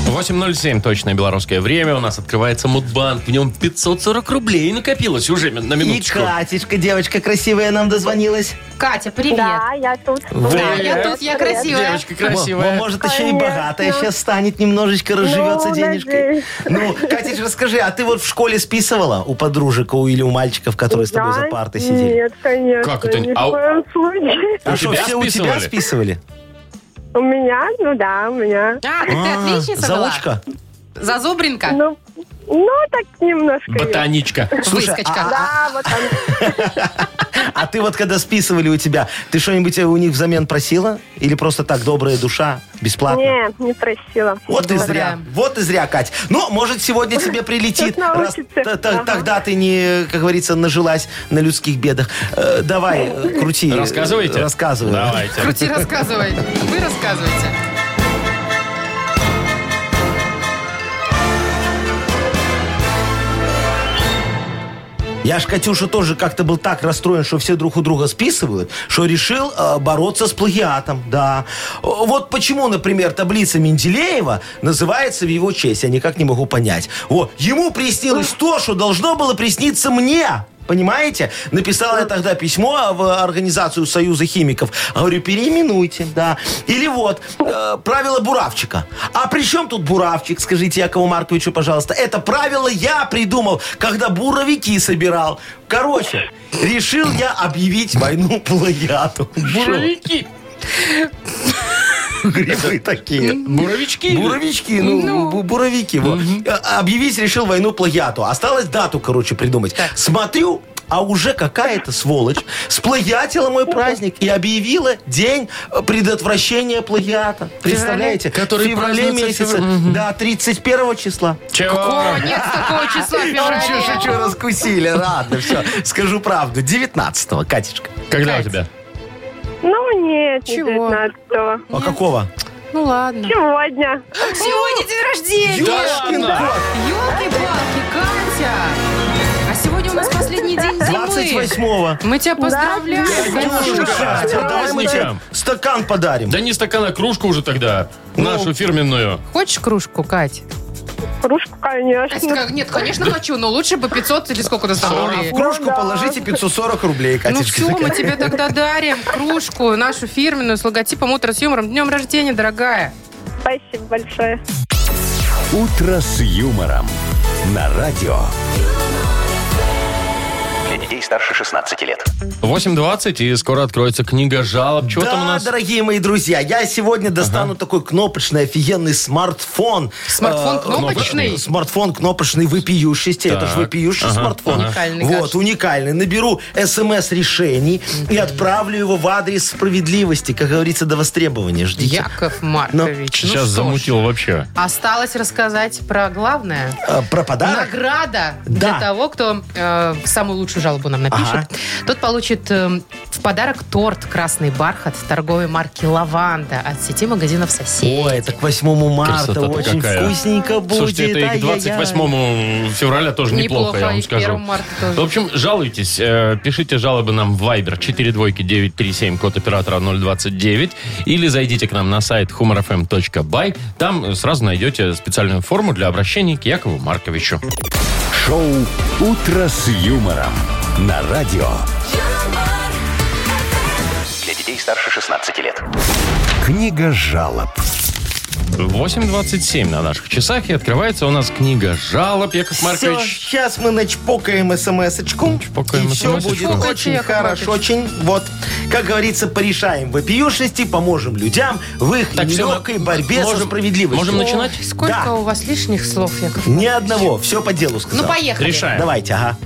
Speaker 1: 8.07 точное белорусское время. У нас открывается Мудбанк. В нем 540 рублей накопилось уже на
Speaker 3: И
Speaker 1: минуточку.
Speaker 3: Катечка, девочка красивая, нам дозвонилась.
Speaker 2: Катя, привет.
Speaker 8: Да, я тут.
Speaker 2: Да, я тут, я красивая.
Speaker 1: Девочка
Speaker 3: Мо-
Speaker 1: красивая.
Speaker 3: Может, еще и богатая
Speaker 8: Конечно.
Speaker 3: сейчас станет, немножечко разживется
Speaker 8: Ну,
Speaker 3: денежкой.
Speaker 8: надеюсь.
Speaker 3: Ну, Катечка, расскажи, а ты вот в школе списывала у подружек у- или у мальчиков, которые с тобой за
Speaker 8: Я?
Speaker 3: партой сидели?
Speaker 8: Нет, конечно.
Speaker 1: Как это?
Speaker 8: Ни
Speaker 1: А у-
Speaker 8: в коем случае.
Speaker 1: У
Speaker 3: А что,
Speaker 1: тебя
Speaker 3: все у тебя
Speaker 1: списывали?
Speaker 3: списывали?
Speaker 8: У меня, ну да, у меня.
Speaker 2: А, так ты отличница была?
Speaker 3: Заочка?
Speaker 2: Зазубринка?
Speaker 8: Ну, ну так немножко.
Speaker 1: Ботаничка.
Speaker 2: Выскочка.
Speaker 8: Да, вот там.
Speaker 3: А ты вот когда списывали у тебя, ты что-нибудь у них взамен просила? Или просто так добрая душа, бесплатно?
Speaker 8: Не, не просила.
Speaker 3: А. Вот и
Speaker 2: Добрая.
Speaker 3: зря, вот и зря, Кать. Ну, может, сегодня тебе прилетит,
Speaker 8: Сейчас
Speaker 3: раз
Speaker 8: научится.
Speaker 3: т- т-
Speaker 8: Ага.
Speaker 3: тогда ты не, как говорится, нажилась на людских бедах. Э, Давай, э, крути.
Speaker 1: Рассказывайте?
Speaker 3: Рассказывай.
Speaker 1: Давайте.
Speaker 2: Крути, рассказывай. Вы рассказывайте.
Speaker 3: Я ж Катюша тоже как-то был так расстроен, что все друг у друга списывают, что решил э, бороться с плагиатом, да. О, Вот почему, например, таблица Менделеева называется в его честь, я никак не могу понять. Вот, ему приснилось то, что должно было присниться мне. Понимаете? Написал я тогда письмо в организацию Союза химиков. Говорю, переименуйте, да. Или вот, э, правило Буравчика. А при чем тут Буравчик, скажите Якову Марковичу, пожалуйста? Это правило я придумал, когда буровики собирал. Короче, решил я объявить войну *laughs* плагиату.
Speaker 1: Буровики.
Speaker 3: Шо, Грибы такие.
Speaker 1: Буровички.
Speaker 3: Буровички, ну, бу- буровики. во. Э, Объявить решил войну плагиату. Осталось дату, короче, придумать. Смотрю, а уже какая-то сволочь сплагиатила мой праздник и объявила день э, предотвращения плагиата. Представляете?
Speaker 1: Который
Speaker 3: в феврале
Speaker 1: празднуется
Speaker 3: месяце. Да, 31 числа.
Speaker 1: Чего?
Speaker 2: О, нет такого числа в
Speaker 3: Шучу, шучу,
Speaker 2: феврале.
Speaker 3: раскусили. Ладно, все. Скажу правду. 19-го, Катечка.
Speaker 1: Когда у тебя?
Speaker 8: Ну нет, не
Speaker 2: Чего?
Speaker 8: 19-го.
Speaker 3: А какого?
Speaker 2: Ну ладно.
Speaker 8: Сегодня.
Speaker 2: Сегодня день рождения.
Speaker 3: Ёшкин
Speaker 1: ладно.
Speaker 3: кот.
Speaker 2: Ёлки-палки, Катя. А сегодня у нас последний день зимы.
Speaker 3: 28-го.
Speaker 2: Мы тебя поздравляем.
Speaker 3: Катюшка,
Speaker 1: Катюшка,
Speaker 3: Катя, давай мы тебе
Speaker 1: праздником.
Speaker 3: стакан подарим.
Speaker 1: Да не стакан, а кружку уже тогда. Нашу фирменную.
Speaker 2: Хочешь кружку, Кать?
Speaker 8: Кружку, конечно.
Speaker 2: Нет, конечно хочу, но лучше бы 500 или сколько у нас там
Speaker 3: А в
Speaker 2: рублей.
Speaker 3: кружку
Speaker 8: Ну да.
Speaker 3: положите 540 рублей,
Speaker 2: Ну
Speaker 3: Катечка.
Speaker 2: все, мы тебе тогда дарим кружку нашу фирменную с логотипом «Утро с юмором». Днем рождения, дорогая.
Speaker 8: Спасибо большое.
Speaker 4: Утро с юмором на радио.
Speaker 5: Для детей старше 16 лет.
Speaker 1: 8.20 и скоро откроется книга жалоб. Чего
Speaker 3: да,
Speaker 1: там у нас?
Speaker 3: дорогие мои друзья, я сегодня достану такой кнопочный, офигенный смартфон.
Speaker 2: Смартфон
Speaker 3: Э,
Speaker 2: кнопочный?
Speaker 3: э, Смартфон кнопочный выпиющести. Это
Speaker 1: Так.
Speaker 3: же выпиющий
Speaker 1: Ага,
Speaker 3: смартфон.
Speaker 1: ага.
Speaker 2: Уникальный,
Speaker 3: Вот,
Speaker 2: Катюш.
Speaker 3: уникальный. Наберу смс-решений и отправлю его в адрес справедливости, как говорится, до востребования. Ждите.
Speaker 2: Яков Маркович. ну
Speaker 1: Сейчас
Speaker 2: что ж.
Speaker 1: замутил вообще.
Speaker 2: Осталось рассказать про главное.
Speaker 3: Э, Про подарок?
Speaker 2: Награда для
Speaker 3: Да.
Speaker 2: того, кто э, самую лучшую жалобу Глобу нам напишет, тот получит эм, в подарок торт «Красный бархат» торговой марки «Лаванда» от сети магазинов «Сосед».
Speaker 3: Ой, это к 8 марта
Speaker 1: Красота-то
Speaker 3: очень
Speaker 1: какая.
Speaker 3: вкусненько будет.
Speaker 1: Слушайте, это и к
Speaker 3: Ай-яй-яй.
Speaker 1: 28 февраля тоже неплохо,
Speaker 2: Неплохо,
Speaker 1: я вам
Speaker 2: и к
Speaker 1: скажу.
Speaker 2: 1 марта тоже.
Speaker 1: В общем, жалуйтесь, э, пишите жалобы нам в Viber 42937, код оператора 029, или зайдите к нам на сайт humorfm.by, там сразу найдете специальную форму для обращения к Якову Марковичу.
Speaker 4: Шоу «Утро с юмором» на радио.
Speaker 5: Для детей старше 16 лет.
Speaker 4: Книга жалоб.
Speaker 1: 8.27 на наших часах, и открывается у нас книга жалоб, Яков Маркович.
Speaker 3: сейчас мы начпокаем смс-очку.
Speaker 1: Чпокаем
Speaker 3: и все
Speaker 1: смс-очку.
Speaker 3: будет
Speaker 2: Чпокайте,
Speaker 3: очень
Speaker 2: Яков
Speaker 3: хорошо,
Speaker 2: Маркович.
Speaker 3: очень. Вот, как говорится, порешаем вопиюшести, поможем людям в их
Speaker 1: Так, всё,
Speaker 3: нелегкой
Speaker 1: мы-
Speaker 3: борьбе
Speaker 1: можем-
Speaker 3: со справедливостью.
Speaker 1: можем
Speaker 2: Ой,
Speaker 1: начинать?
Speaker 2: Сколько
Speaker 3: Да.
Speaker 2: у вас лишних слов, Яков?
Speaker 3: Ни одного, все по делу сказал.
Speaker 2: Ну, поехали.
Speaker 1: Решаем.
Speaker 3: Давайте, ага.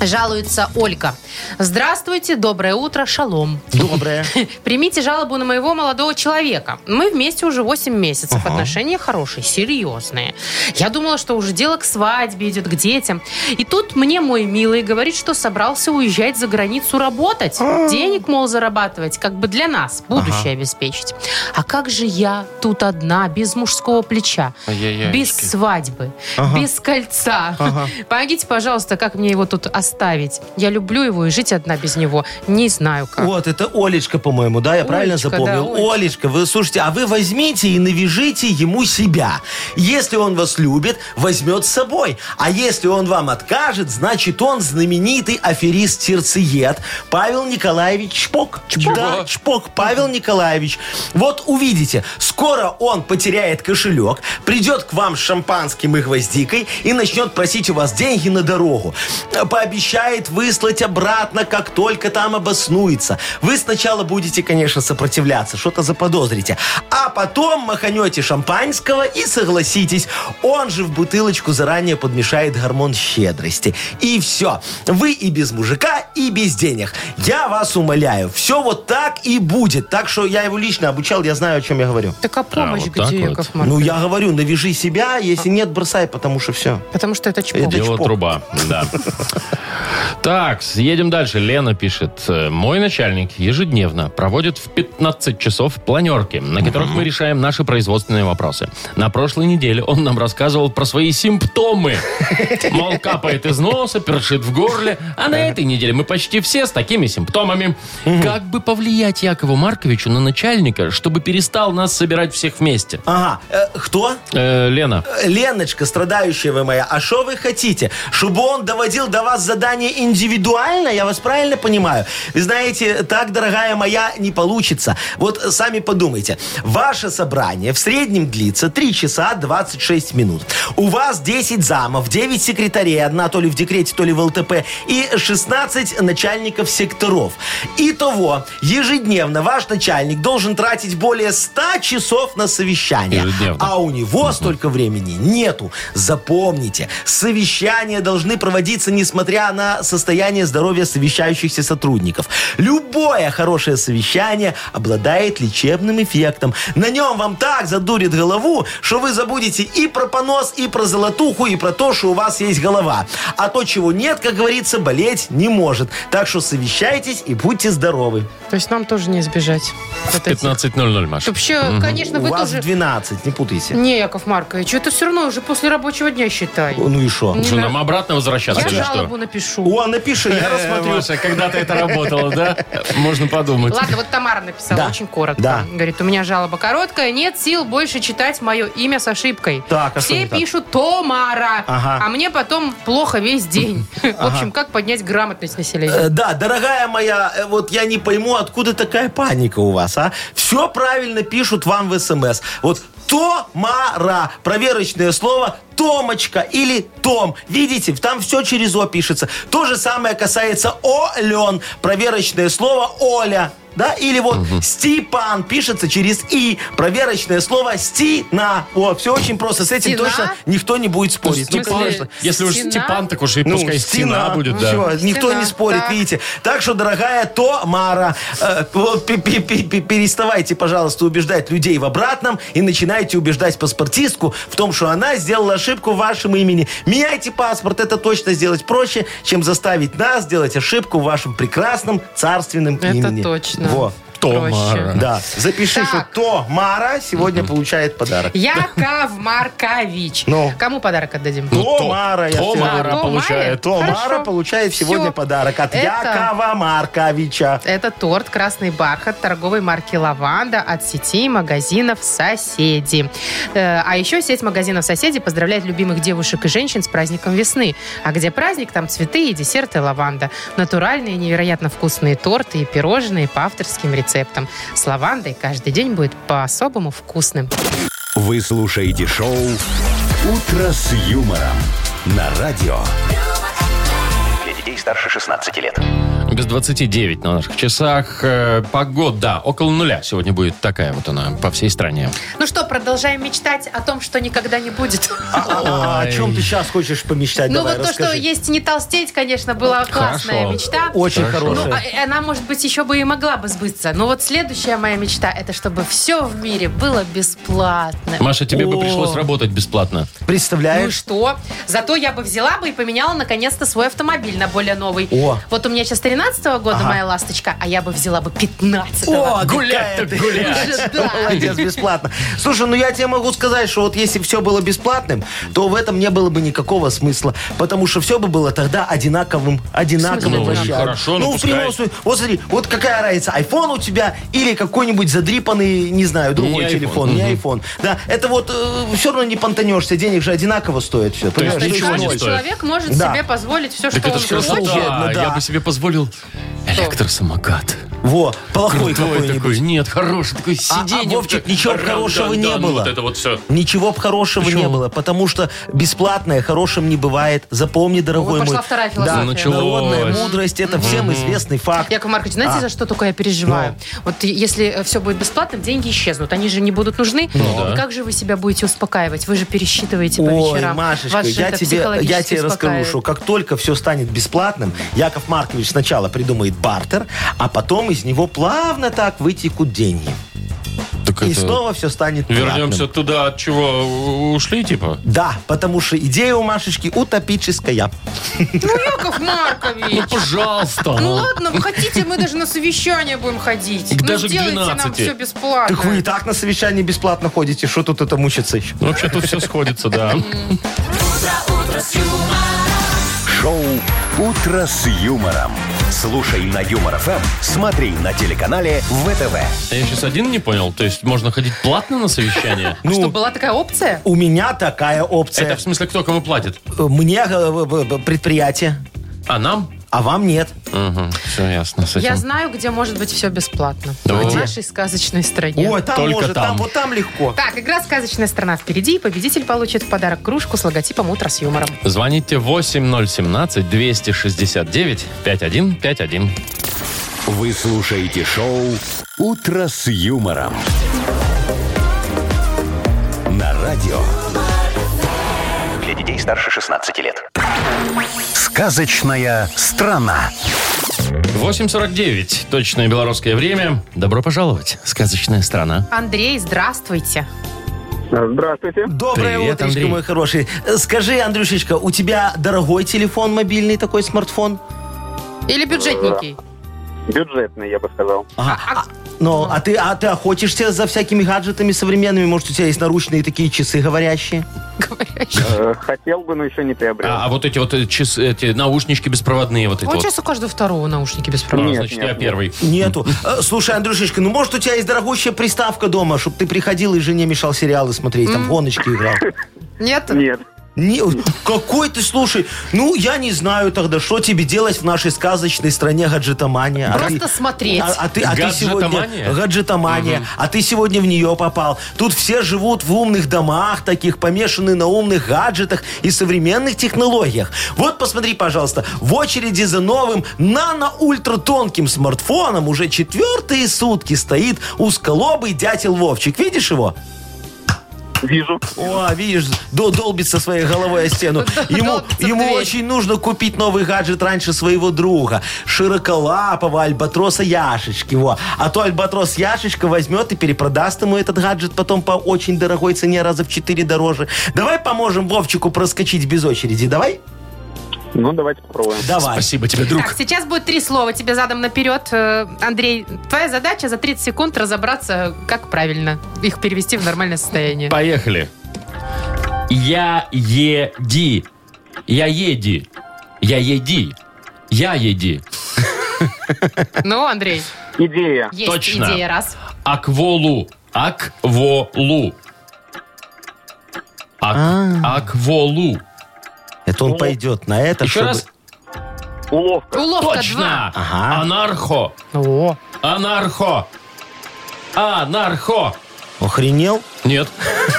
Speaker 2: Жалуется Ольга. Здравствуйте, доброе утро, шалом.
Speaker 3: Доброе.
Speaker 2: Примите жалобу на моего молодого человека. Мы вместе уже 8 месяцев. Отношения хорошие, серьезные. Я думала, что уже дело к свадьбе идет, к детям. И тут мне мой милый говорит, что собрался уезжать за границу работать. Денег, мол, зарабатывать, как бы для нас, будущее обеспечить. А как же я тут одна, без мужского плеча, без свадьбы, без кольца? *laughs* Помогите, пожалуйста, как мне его тут оставить? Я люблю его и жить одна без него. Не знаю как.
Speaker 3: Вот, это Олечка, по-моему, да? Я правильно
Speaker 2: Олечка,
Speaker 3: запомнил?
Speaker 2: да, Олечка.
Speaker 3: Олечка, вы слушайте, а вы возьмите и навяжите ему себя. Если он вас любит, возьмет с собой. А если он вам откажет, значит, он знаменитый аферист-сердцеед Павел Николаевич Чпок. Да, Чпок Павел Николаевич. Вот увидите, скоро он потеряет кошелек, придет к вам с шампанским и гвоздикой и начнет просить у вас деньги на дорогу. Э, Пообещает выслать обратно, как только там обоснуется. Вы сначала будете, конечно, сопротивляться, что-то заподозрите. А потом маханете шампанского и согласитесь. Он же в бутылочку заранее подмешает гормон щедрости. И все. Вы и без мужика, и без денег. Я вас умоляю. Все вот так и будет. Так что я его лично обучал, я знаю, о чем я говорю.
Speaker 2: Так а помощь
Speaker 1: вот так
Speaker 2: где,
Speaker 1: вот.
Speaker 2: Яков
Speaker 3: Ну,
Speaker 2: Маркович?
Speaker 3: я говорю, навяжи себя, если нет, бросай, потому что все.
Speaker 2: Потому что это чпок.
Speaker 3: Это
Speaker 1: Дело
Speaker 3: Чпок.
Speaker 1: труба, да. Так, едем дальше. Лена пишет. э, Мой начальник ежедневно проводит в 15 часов планерки, на которых мы решаем наши производственные вопросы. На прошлой неделе он нам рассказывал про свои симптомы. Мол, капает из носа, першит в горле. А на этой неделе мы почти все с такими симптомами. Как бы повлиять Якову Марковичу на начальника, чтобы перестал нас собирать всех вместе?
Speaker 3: Ага. Э, кто?
Speaker 1: Э, Лена,
Speaker 3: Э, Леночка, страдающая вы моя, а что вы хотите? Чтобы он доводил до вас задание индивидуально? Я вас правильно понимаю? Вы знаете, так, дорогая моя, не получится. Вот э, сами подумайте. Ваше собрание в среднем длится 3 часа 26 минут. У вас 10 замов, 9 секретарей, одна то ли в декрете, то ли в ЛТП, и 16 начальников секторов. Итого, ежедневно ваш начальник должен тратить более 100 часов на совещание.
Speaker 1: Ежедневно.
Speaker 3: А а у него столько времени нету. Запомните, совещания должны проводиться, несмотря на состояние здоровья совещающихся сотрудников. Любое хорошее совещание обладает лечебным эффектом. На нем вам так задурит голову, что вы забудете и про понос, и про золотуху, и про то, что у вас есть голова. А то, чего нет, как говорится, болеть не может. Так что совещайтесь и будьте здоровы.
Speaker 2: То есть нам тоже не избежать. вот этих.
Speaker 1: 15.00, Маша.
Speaker 2: Вообще, конечно, вы
Speaker 3: у вас
Speaker 2: тоже...
Speaker 3: 12, не путайте.
Speaker 2: Не, Яков Маркович, это все равно уже после рабочего дня считай.
Speaker 3: Ну и что?
Speaker 1: Что, нам обратно возвращаться?
Speaker 2: Я
Speaker 1: или что?
Speaker 2: жалобу напишу.
Speaker 3: О, напиши, я
Speaker 2: Э,
Speaker 3: рассмотрю.
Speaker 1: Маша, когда-то это работало, да? Можно подумать.
Speaker 2: Ладно, вот Тамара написала
Speaker 3: Да.
Speaker 2: очень коротко.
Speaker 3: Да.
Speaker 2: Говорит, у меня жалоба короткая, нет сил больше читать мое имя с ошибкой.
Speaker 3: Так, а что
Speaker 2: Все
Speaker 3: не так?
Speaker 2: пишут Томара,
Speaker 3: Ага.
Speaker 2: а мне потом плохо весь
Speaker 3: *laughs*
Speaker 2: день. В общем, как поднять грамотность населения?
Speaker 3: Э, Да, дорогая моя, э, вот я не пойму, откуда такая паника у вас, а? Все правильно пишут вам в СМС. Вот Томара, проверочное слово Томочка или Том. Видите, там все через О пишется. То же самое касается Олен, проверочное слово Оля. да, или вот Степан пишется через И. Проверочное слово Стина. О, все очень просто. С этим
Speaker 2: Стена?
Speaker 3: точно никто не будет спорить.
Speaker 1: Ну,
Speaker 2: В смысле,
Speaker 1: конечно. Если уж
Speaker 2: стена?
Speaker 1: Степан, так уж и пускай стена будет, да.
Speaker 3: Ну, Всё, никто
Speaker 2: Стена,
Speaker 3: не спорит,
Speaker 2: так.
Speaker 3: видите. Так что, дорогая Томара, э, вот пе- пе- пе- пе- переставайте, пожалуйста, убеждать людей в обратном и начинайте убеждать паспортистку в том, что она сделала ошибку в вашем имени. Меняйте паспорт, это точно сделать проще, чем заставить нас сделать ошибку в вашем прекрасном царственном
Speaker 2: Это
Speaker 3: имени.
Speaker 2: точно.
Speaker 3: Во.
Speaker 1: Томара.
Speaker 3: Да, запиши,
Speaker 2: Так.
Speaker 3: что Томара сегодня получает подарок.
Speaker 2: Яков Маркович.
Speaker 3: Ну.
Speaker 2: Кому подарок отдадим?
Speaker 3: Ну, Томара, я
Speaker 1: Томара
Speaker 2: всегда-
Speaker 1: получает.
Speaker 3: Томара
Speaker 2: Ну, Хорошо.
Speaker 3: получает сегодня
Speaker 2: Всё.
Speaker 3: подарок от
Speaker 2: Это-
Speaker 3: Якова Марковича.
Speaker 2: Это торт «Красный бархат» торговой марки «Лаванда» от сети магазинов «Соседи». Э, А еще сеть магазинов «Соседи» поздравляет любимых девушек и женщин с праздником весны. А где праздник, там цветы и десерты «Лаванда». Натуральные, невероятно вкусные торты и пирожные по авторским рецептам. С «Лавандой» каждый день будет по-особому вкусным.
Speaker 4: Вы слушаете шоу «Утро с юмором» на радио.
Speaker 5: Для детей старше 16 лет.
Speaker 1: Без 29 на наших часах. Э, Погода около нуля сегодня будет такая вот она по всей стране.
Speaker 2: Ну что, продолжаем мечтать о том, что никогда не будет.
Speaker 3: А, о чем ты сейчас хочешь помечтать?
Speaker 2: Ну
Speaker 3: Давай,
Speaker 2: вот то, что
Speaker 3: расскажи.
Speaker 2: есть не толстеть, конечно, была классная
Speaker 1: Хорошо.
Speaker 2: мечта.
Speaker 3: Очень
Speaker 1: Хорошо.
Speaker 2: Ну,
Speaker 3: хорошая.
Speaker 2: а- э, она, может быть, еще бы и могла бы сбыться. Но вот следующая моя мечта, это чтобы все в мире было бесплатно.
Speaker 1: Маша, тебе бы
Speaker 3: О.
Speaker 1: пришлось работать бесплатно.
Speaker 2: Ну и
Speaker 3: Представляешь?
Speaker 2: что? Зато я бы взяла бы и поменяла наконец-то свой автомобиль на более новый.
Speaker 3: О.
Speaker 2: Вот у меня сейчас 13 года
Speaker 3: Ага.
Speaker 2: моя ласточка, а я бы взяла бы 15
Speaker 3: О, гулять так
Speaker 2: Уже,
Speaker 3: *laughs*
Speaker 2: да.
Speaker 3: Молодец, бесплатно. Слушай, ну я тебе могу сказать, что вот если все было бесплатным, то в этом не было бы никакого смысла, потому что все бы было тогда одинаковым, одинаковым
Speaker 1: Ну,
Speaker 3: вообще.
Speaker 1: хорошо, ну
Speaker 3: в прямом
Speaker 1: пускай.
Speaker 3: смысле, вот смотри, вот какая разница, айфон у тебя или какой-нибудь задрипанный, не знаю, другой
Speaker 1: Не
Speaker 3: телефон,
Speaker 1: iPhone,
Speaker 3: не
Speaker 1: мгм.
Speaker 3: айфон. Да, это вот все равно не понтанешься, денег же одинаково стоит все.
Speaker 1: есть
Speaker 2: То есть
Speaker 1: Ничего не
Speaker 2: каждый
Speaker 1: стоит.
Speaker 2: человек может
Speaker 3: Да.
Speaker 2: себе позволить все,
Speaker 1: Так
Speaker 2: что
Speaker 1: это
Speaker 2: он
Speaker 1: ж красота.
Speaker 3: да.
Speaker 1: Я бы себе позволил электросамокат.
Speaker 3: Во, плохой
Speaker 1: Крутой
Speaker 3: какой-нибудь. А,
Speaker 1: такой. Нет, хороший такой сиденье. вот
Speaker 3: Вовчик,
Speaker 1: так.
Speaker 3: ничего
Speaker 1: Рам,
Speaker 3: хорошего
Speaker 1: да,
Speaker 3: не
Speaker 1: да, ну
Speaker 3: было.
Speaker 1: Вот это вот все.
Speaker 3: Ничего б хорошего не было, потому что бесплатное хорошим не бывает. Запомни, дорогой
Speaker 2: Ну, пошла
Speaker 3: мой.
Speaker 2: вторая
Speaker 3: да,
Speaker 2: философия.
Speaker 1: Началось.
Speaker 3: народная мудрость, это всем известный факт.
Speaker 2: Яков Маркович, знаете,
Speaker 3: А. Ну.
Speaker 2: за что только я переживаю? Вот и- если все будет бесплатно, деньги исчезнут. Они же не будут нужны.
Speaker 3: Ну
Speaker 1: да.
Speaker 2: И как же вы себя будете успокаивать? Вы же пересчитываете по
Speaker 3: Ой,
Speaker 2: вечерам.
Speaker 3: Машечка,
Speaker 2: Вас же
Speaker 3: я
Speaker 2: это
Speaker 3: тебе, я
Speaker 2: психологически
Speaker 3: тебе расскажу,
Speaker 2: успокаивает.
Speaker 3: что как только все станет бесплатным, Яков Маркович сначала придумает бартер, а потом из него плавно так вытекут деньги.
Speaker 1: Так
Speaker 3: И
Speaker 1: это-
Speaker 3: снова все станет
Speaker 1: Вернемся
Speaker 3: платным.
Speaker 1: туда, от чего у- ушли, типа?
Speaker 3: Да, потому что идея у Машечки утопическая. *laughs*
Speaker 2: Ну, Яков Маркович!
Speaker 1: Пожалуйста.
Speaker 2: Ну ладно, вы хотите, мы даже на совещание будем ходить.
Speaker 1: Так
Speaker 2: ну
Speaker 1: даже к
Speaker 2: сделайте нам
Speaker 1: 12.
Speaker 2: все бесплатно.
Speaker 3: Так вы и так на совещании бесплатно ходите, что тут это мучиться еще?
Speaker 1: Ну, Вообще тут все сходится, да.
Speaker 4: Шоу «Утро с юмором». Слушай на Юмор ФМ, смотри на телеканале ВТВ.
Speaker 1: А Я сейчас один не понял. То есть можно ходить платно на совещание?
Speaker 3: Ну,
Speaker 2: Что, была такая опция?
Speaker 3: у меня такая опция.
Speaker 1: Это в смысле, кто кому платит?
Speaker 3: Мне э, э, э, предприятие,
Speaker 1: А нам?
Speaker 3: а вам нет.
Speaker 1: Угу, все ясно с этим.
Speaker 2: Я знаю, где может быть все бесплатно. В
Speaker 1: Где?
Speaker 2: нашей сказочной стране.
Speaker 3: Ой, там
Speaker 1: Только
Speaker 3: может, там.
Speaker 1: там.
Speaker 3: вот там легко.
Speaker 2: Так, игра «Сказочная страна» впереди. и Победитель получит в подарок кружку с логотипом «Утро с юмором».
Speaker 1: Звоните 8017-269-5151.
Speaker 4: Вы слушаете шоу «Утро с юмором». На радио
Speaker 5: Для детей старше 16 лет.
Speaker 4: «Сказочная страна».
Speaker 1: 8.49. Точное белорусское время. Добро пожаловать. Сказочная страна.
Speaker 2: Андрей, здравствуйте.
Speaker 7: А, Здравствуйте.
Speaker 3: Доброе
Speaker 1: Привет,
Speaker 3: утречко,
Speaker 1: Андрей.
Speaker 3: мой хороший. Э, Скажи, Андрюшечка, у тебя дорогой телефон мобильный такой смартфон?
Speaker 2: Или бюджетники.
Speaker 7: Бюджетный, я бы сказал.
Speaker 3: Ага. А, ну, а ты, а ты охотишься за всякими гаджетами современными? Может, у тебя есть наручные такие часы говорящие?
Speaker 2: говорящий.
Speaker 7: Э, Хотел бы, но еще не приобрел.
Speaker 1: А, а вот эти вот э, часы, эти наушнички беспроводные вот эти
Speaker 2: А вот
Speaker 1: вот.
Speaker 2: сейчас у каждого второго наушники
Speaker 1: А,
Speaker 2: беспроводные.
Speaker 7: Нет,
Speaker 1: Значит,
Speaker 7: нет,
Speaker 1: я
Speaker 7: нет.
Speaker 1: первый.
Speaker 3: Нету. Э, Слушай, Андрюшечка, ну может у тебя есть дорогущая приставка дома, чтобы ты приходил и жене мешал сериалы смотреть, там в гоночки играл.
Speaker 2: Нет?
Speaker 7: Нет.
Speaker 3: Не- какой ты, слушай, ну, я не знаю тогда, что тебе делать в нашей сказочной стране гаджетомания. А
Speaker 2: Просто
Speaker 3: ты-
Speaker 2: смотреть.
Speaker 3: А, а ты, а ты
Speaker 1: Гаджетомания?
Speaker 3: сегодня... Гаджетомания. А ты сегодня в нее попал. Тут все живут в умных домах таких, помешаны на умных гаджетах и современных технологиях. Вот посмотри, пожалуйста, в очереди за новым нано-ультратонким смартфоном уже четвертые сутки стоит узколобый дятел Вовчик. Видишь его?
Speaker 7: Вижу.
Speaker 3: О, видишь, до- долбит со своей головой о
Speaker 1: *laughs*
Speaker 3: стену. Ему,
Speaker 2: Долбится в
Speaker 3: ему
Speaker 2: дверь.
Speaker 3: очень нужно купить новый гаджет раньше своего друга. Широколапого альбатроса Яшечки. Во. А то альбатрос Яшечка возьмет и перепродаст ему этот гаджет потом по очень дорогой цене, раза в четыре дороже. Давай поможем Вовчику проскочить без очереди. Давай?
Speaker 7: Ну, давайте попробуем.
Speaker 3: Давай.
Speaker 1: Спасибо тебе, друг.
Speaker 2: Так, сейчас будет три слова тебе задом наперед. Э, Андрей, твоя задача за 30 секунд разобраться, как правильно их перевести в нормальное состояние.
Speaker 1: Поехали. Я еди. Я еди. Я еди. Я еди.
Speaker 2: Ну, Андрей,
Speaker 7: Идея.
Speaker 2: есть
Speaker 1: Точно.
Speaker 2: идея, раз.
Speaker 1: Акволу. Акволу. Ак- Акволу.
Speaker 3: Это он пойдет на это,
Speaker 1: Еще
Speaker 3: чтобы-
Speaker 1: раз.
Speaker 7: Уловка.
Speaker 2: Уловка
Speaker 1: Точно.
Speaker 3: Ага.
Speaker 1: Анархо.
Speaker 2: два. О,
Speaker 1: Анархо. Анархо.
Speaker 3: Охренел?
Speaker 1: Нет.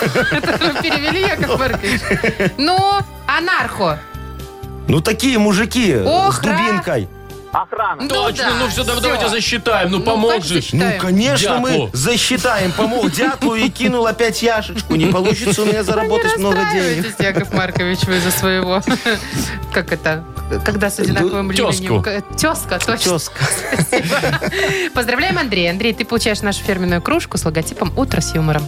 Speaker 2: вы *laughs* перевели, Яков Маркович. Ну, анархо.
Speaker 3: Ну, такие мужики с
Speaker 2: Охра.
Speaker 3: дубинкой.
Speaker 7: Охрана.
Speaker 2: Ну
Speaker 1: Точно.
Speaker 2: да,
Speaker 1: Ну все,
Speaker 2: всё.
Speaker 1: давайте засчитаем. Ну
Speaker 2: Ну,
Speaker 1: помог
Speaker 2: как
Speaker 1: же.
Speaker 3: Ну,
Speaker 2: Считаем.
Speaker 3: конечно,
Speaker 1: Дятлу.
Speaker 3: мы засчитаем. Помог дятлу и кинул опять яшечку. Не получится у меня заработать
Speaker 2: Вы
Speaker 3: много денег.
Speaker 2: расстраиваетесь, Яков Маркович, вы за своего... *laughs* Как это? Когда с одинаковым
Speaker 1: тёзку.
Speaker 2: именем? Тезка, точно.
Speaker 3: Тезка.
Speaker 2: Спасибо. *laughs* Поздравляем, Андрей. Андрей, ты получаешь нашу фирменную кружку с логотипом «Утро с юмором».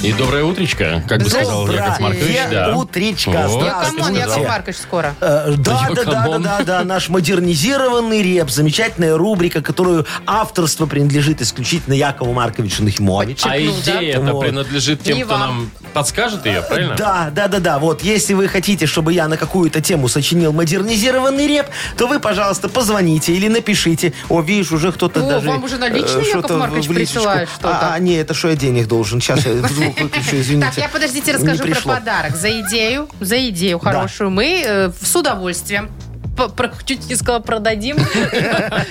Speaker 1: И доброе утречко, как бы сказал
Speaker 3: Доброе
Speaker 1: Яков Маркович. Да.
Speaker 3: утречко.
Speaker 1: Вот,
Speaker 2: Ну,
Speaker 3: Здравствуйте.
Speaker 2: камон,
Speaker 3: Здравствуйте.
Speaker 2: Яков Маркович, скоро.
Speaker 3: Э, Да,
Speaker 1: Ё,
Speaker 3: да, да, да,
Speaker 1: камон.
Speaker 3: да, да, наш модернизированный реп, замечательная рубрика, которую авторство принадлежит исключительно Якову Марковичу Нахимовичу.
Speaker 1: А
Speaker 2: Чекнул, да?
Speaker 1: идея-то
Speaker 3: Вот.
Speaker 1: принадлежит тем,
Speaker 2: Не
Speaker 1: кто нам
Speaker 2: вам.
Speaker 1: подскажет ее, правильно?
Speaker 3: Да, да, да, да. Вот, если вы хотите, чтобы я на какую-то тему сочинил модернизированный реп, то вы, пожалуйста, позвоните или напишите. О, видишь, уже кто-то
Speaker 2: О,
Speaker 3: даже...
Speaker 2: вам уже на личный,
Speaker 3: э,
Speaker 2: Яков
Speaker 3: что-то
Speaker 2: Маркович,
Speaker 3: в личечку.
Speaker 2: присылают что-то.
Speaker 3: А, а, не, это что я денег должен? Сейчас я звук выключу, извините.
Speaker 2: Так, я подождите
Speaker 3: Не
Speaker 2: расскажу про
Speaker 3: пришло.
Speaker 2: подарок. За идею, за идею хорошую мы э, с удовольствием. п- про- Чуть не сказала
Speaker 3: *laughs*
Speaker 2: продадим.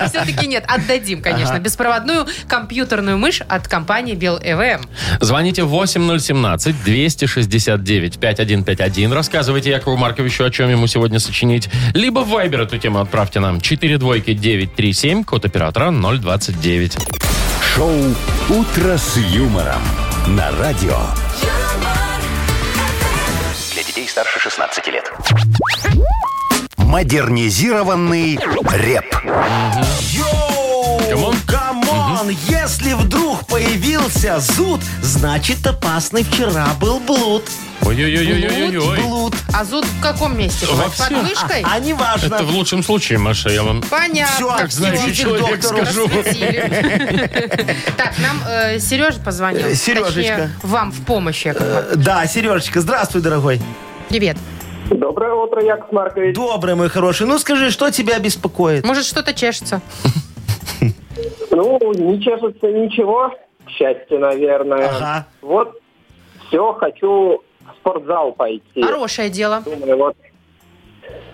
Speaker 2: Все-таки нет, отдадим, конечно. Беспроводную компьютерную мышь от компании Bell EVM.
Speaker 1: Звоните 8017-269-5151. Рассказывайте Якову Марковичу, о чем ему сегодня сочинить. Либо в Viber эту тему отправьте нам. 4 двойки 937, код оператора 029.
Speaker 4: Шоу «Утро с юмором» на радио.
Speaker 5: Для детей старше 16 лет.
Speaker 4: Модернизированный реп.
Speaker 3: Йоу!
Speaker 1: Камон?
Speaker 3: Камон! Если вдруг появился зуд, значит опасный вчера был блуд.
Speaker 1: Ой-ой-ой-ой-ой.
Speaker 3: Блуд.
Speaker 2: А зуд в каком месте?
Speaker 1: Во
Speaker 2: Под
Speaker 1: всем.
Speaker 2: мышкой?
Speaker 3: А неважно.
Speaker 1: Это в лучшем случае, Маша, я вам...
Speaker 2: Понятно.
Speaker 3: Все,
Speaker 2: всё,
Speaker 1: Как знающий
Speaker 3: идите к
Speaker 1: человек
Speaker 3: доктору.
Speaker 1: скажу.
Speaker 2: просветили. *laughs* Так, нам э, Сережа позвонил.
Speaker 3: Э, Сережечка.
Speaker 2: Точнее, вам в помощь, Яков Маркович.
Speaker 3: Э, Да, Сережечка, здравствуй, дорогой.
Speaker 2: Привет.
Speaker 7: Доброе утро, Яков Маркович.
Speaker 3: Добрый, мой хороший. Ну скажи, что тебя беспокоит?
Speaker 2: Может, что-то чешется?
Speaker 7: Ну, не чешется ничего, к счастью, наверное.
Speaker 3: Ага.
Speaker 7: Вот все, хочу в спортзал пойти.
Speaker 2: Хорошее дело.
Speaker 7: Думаю, вот.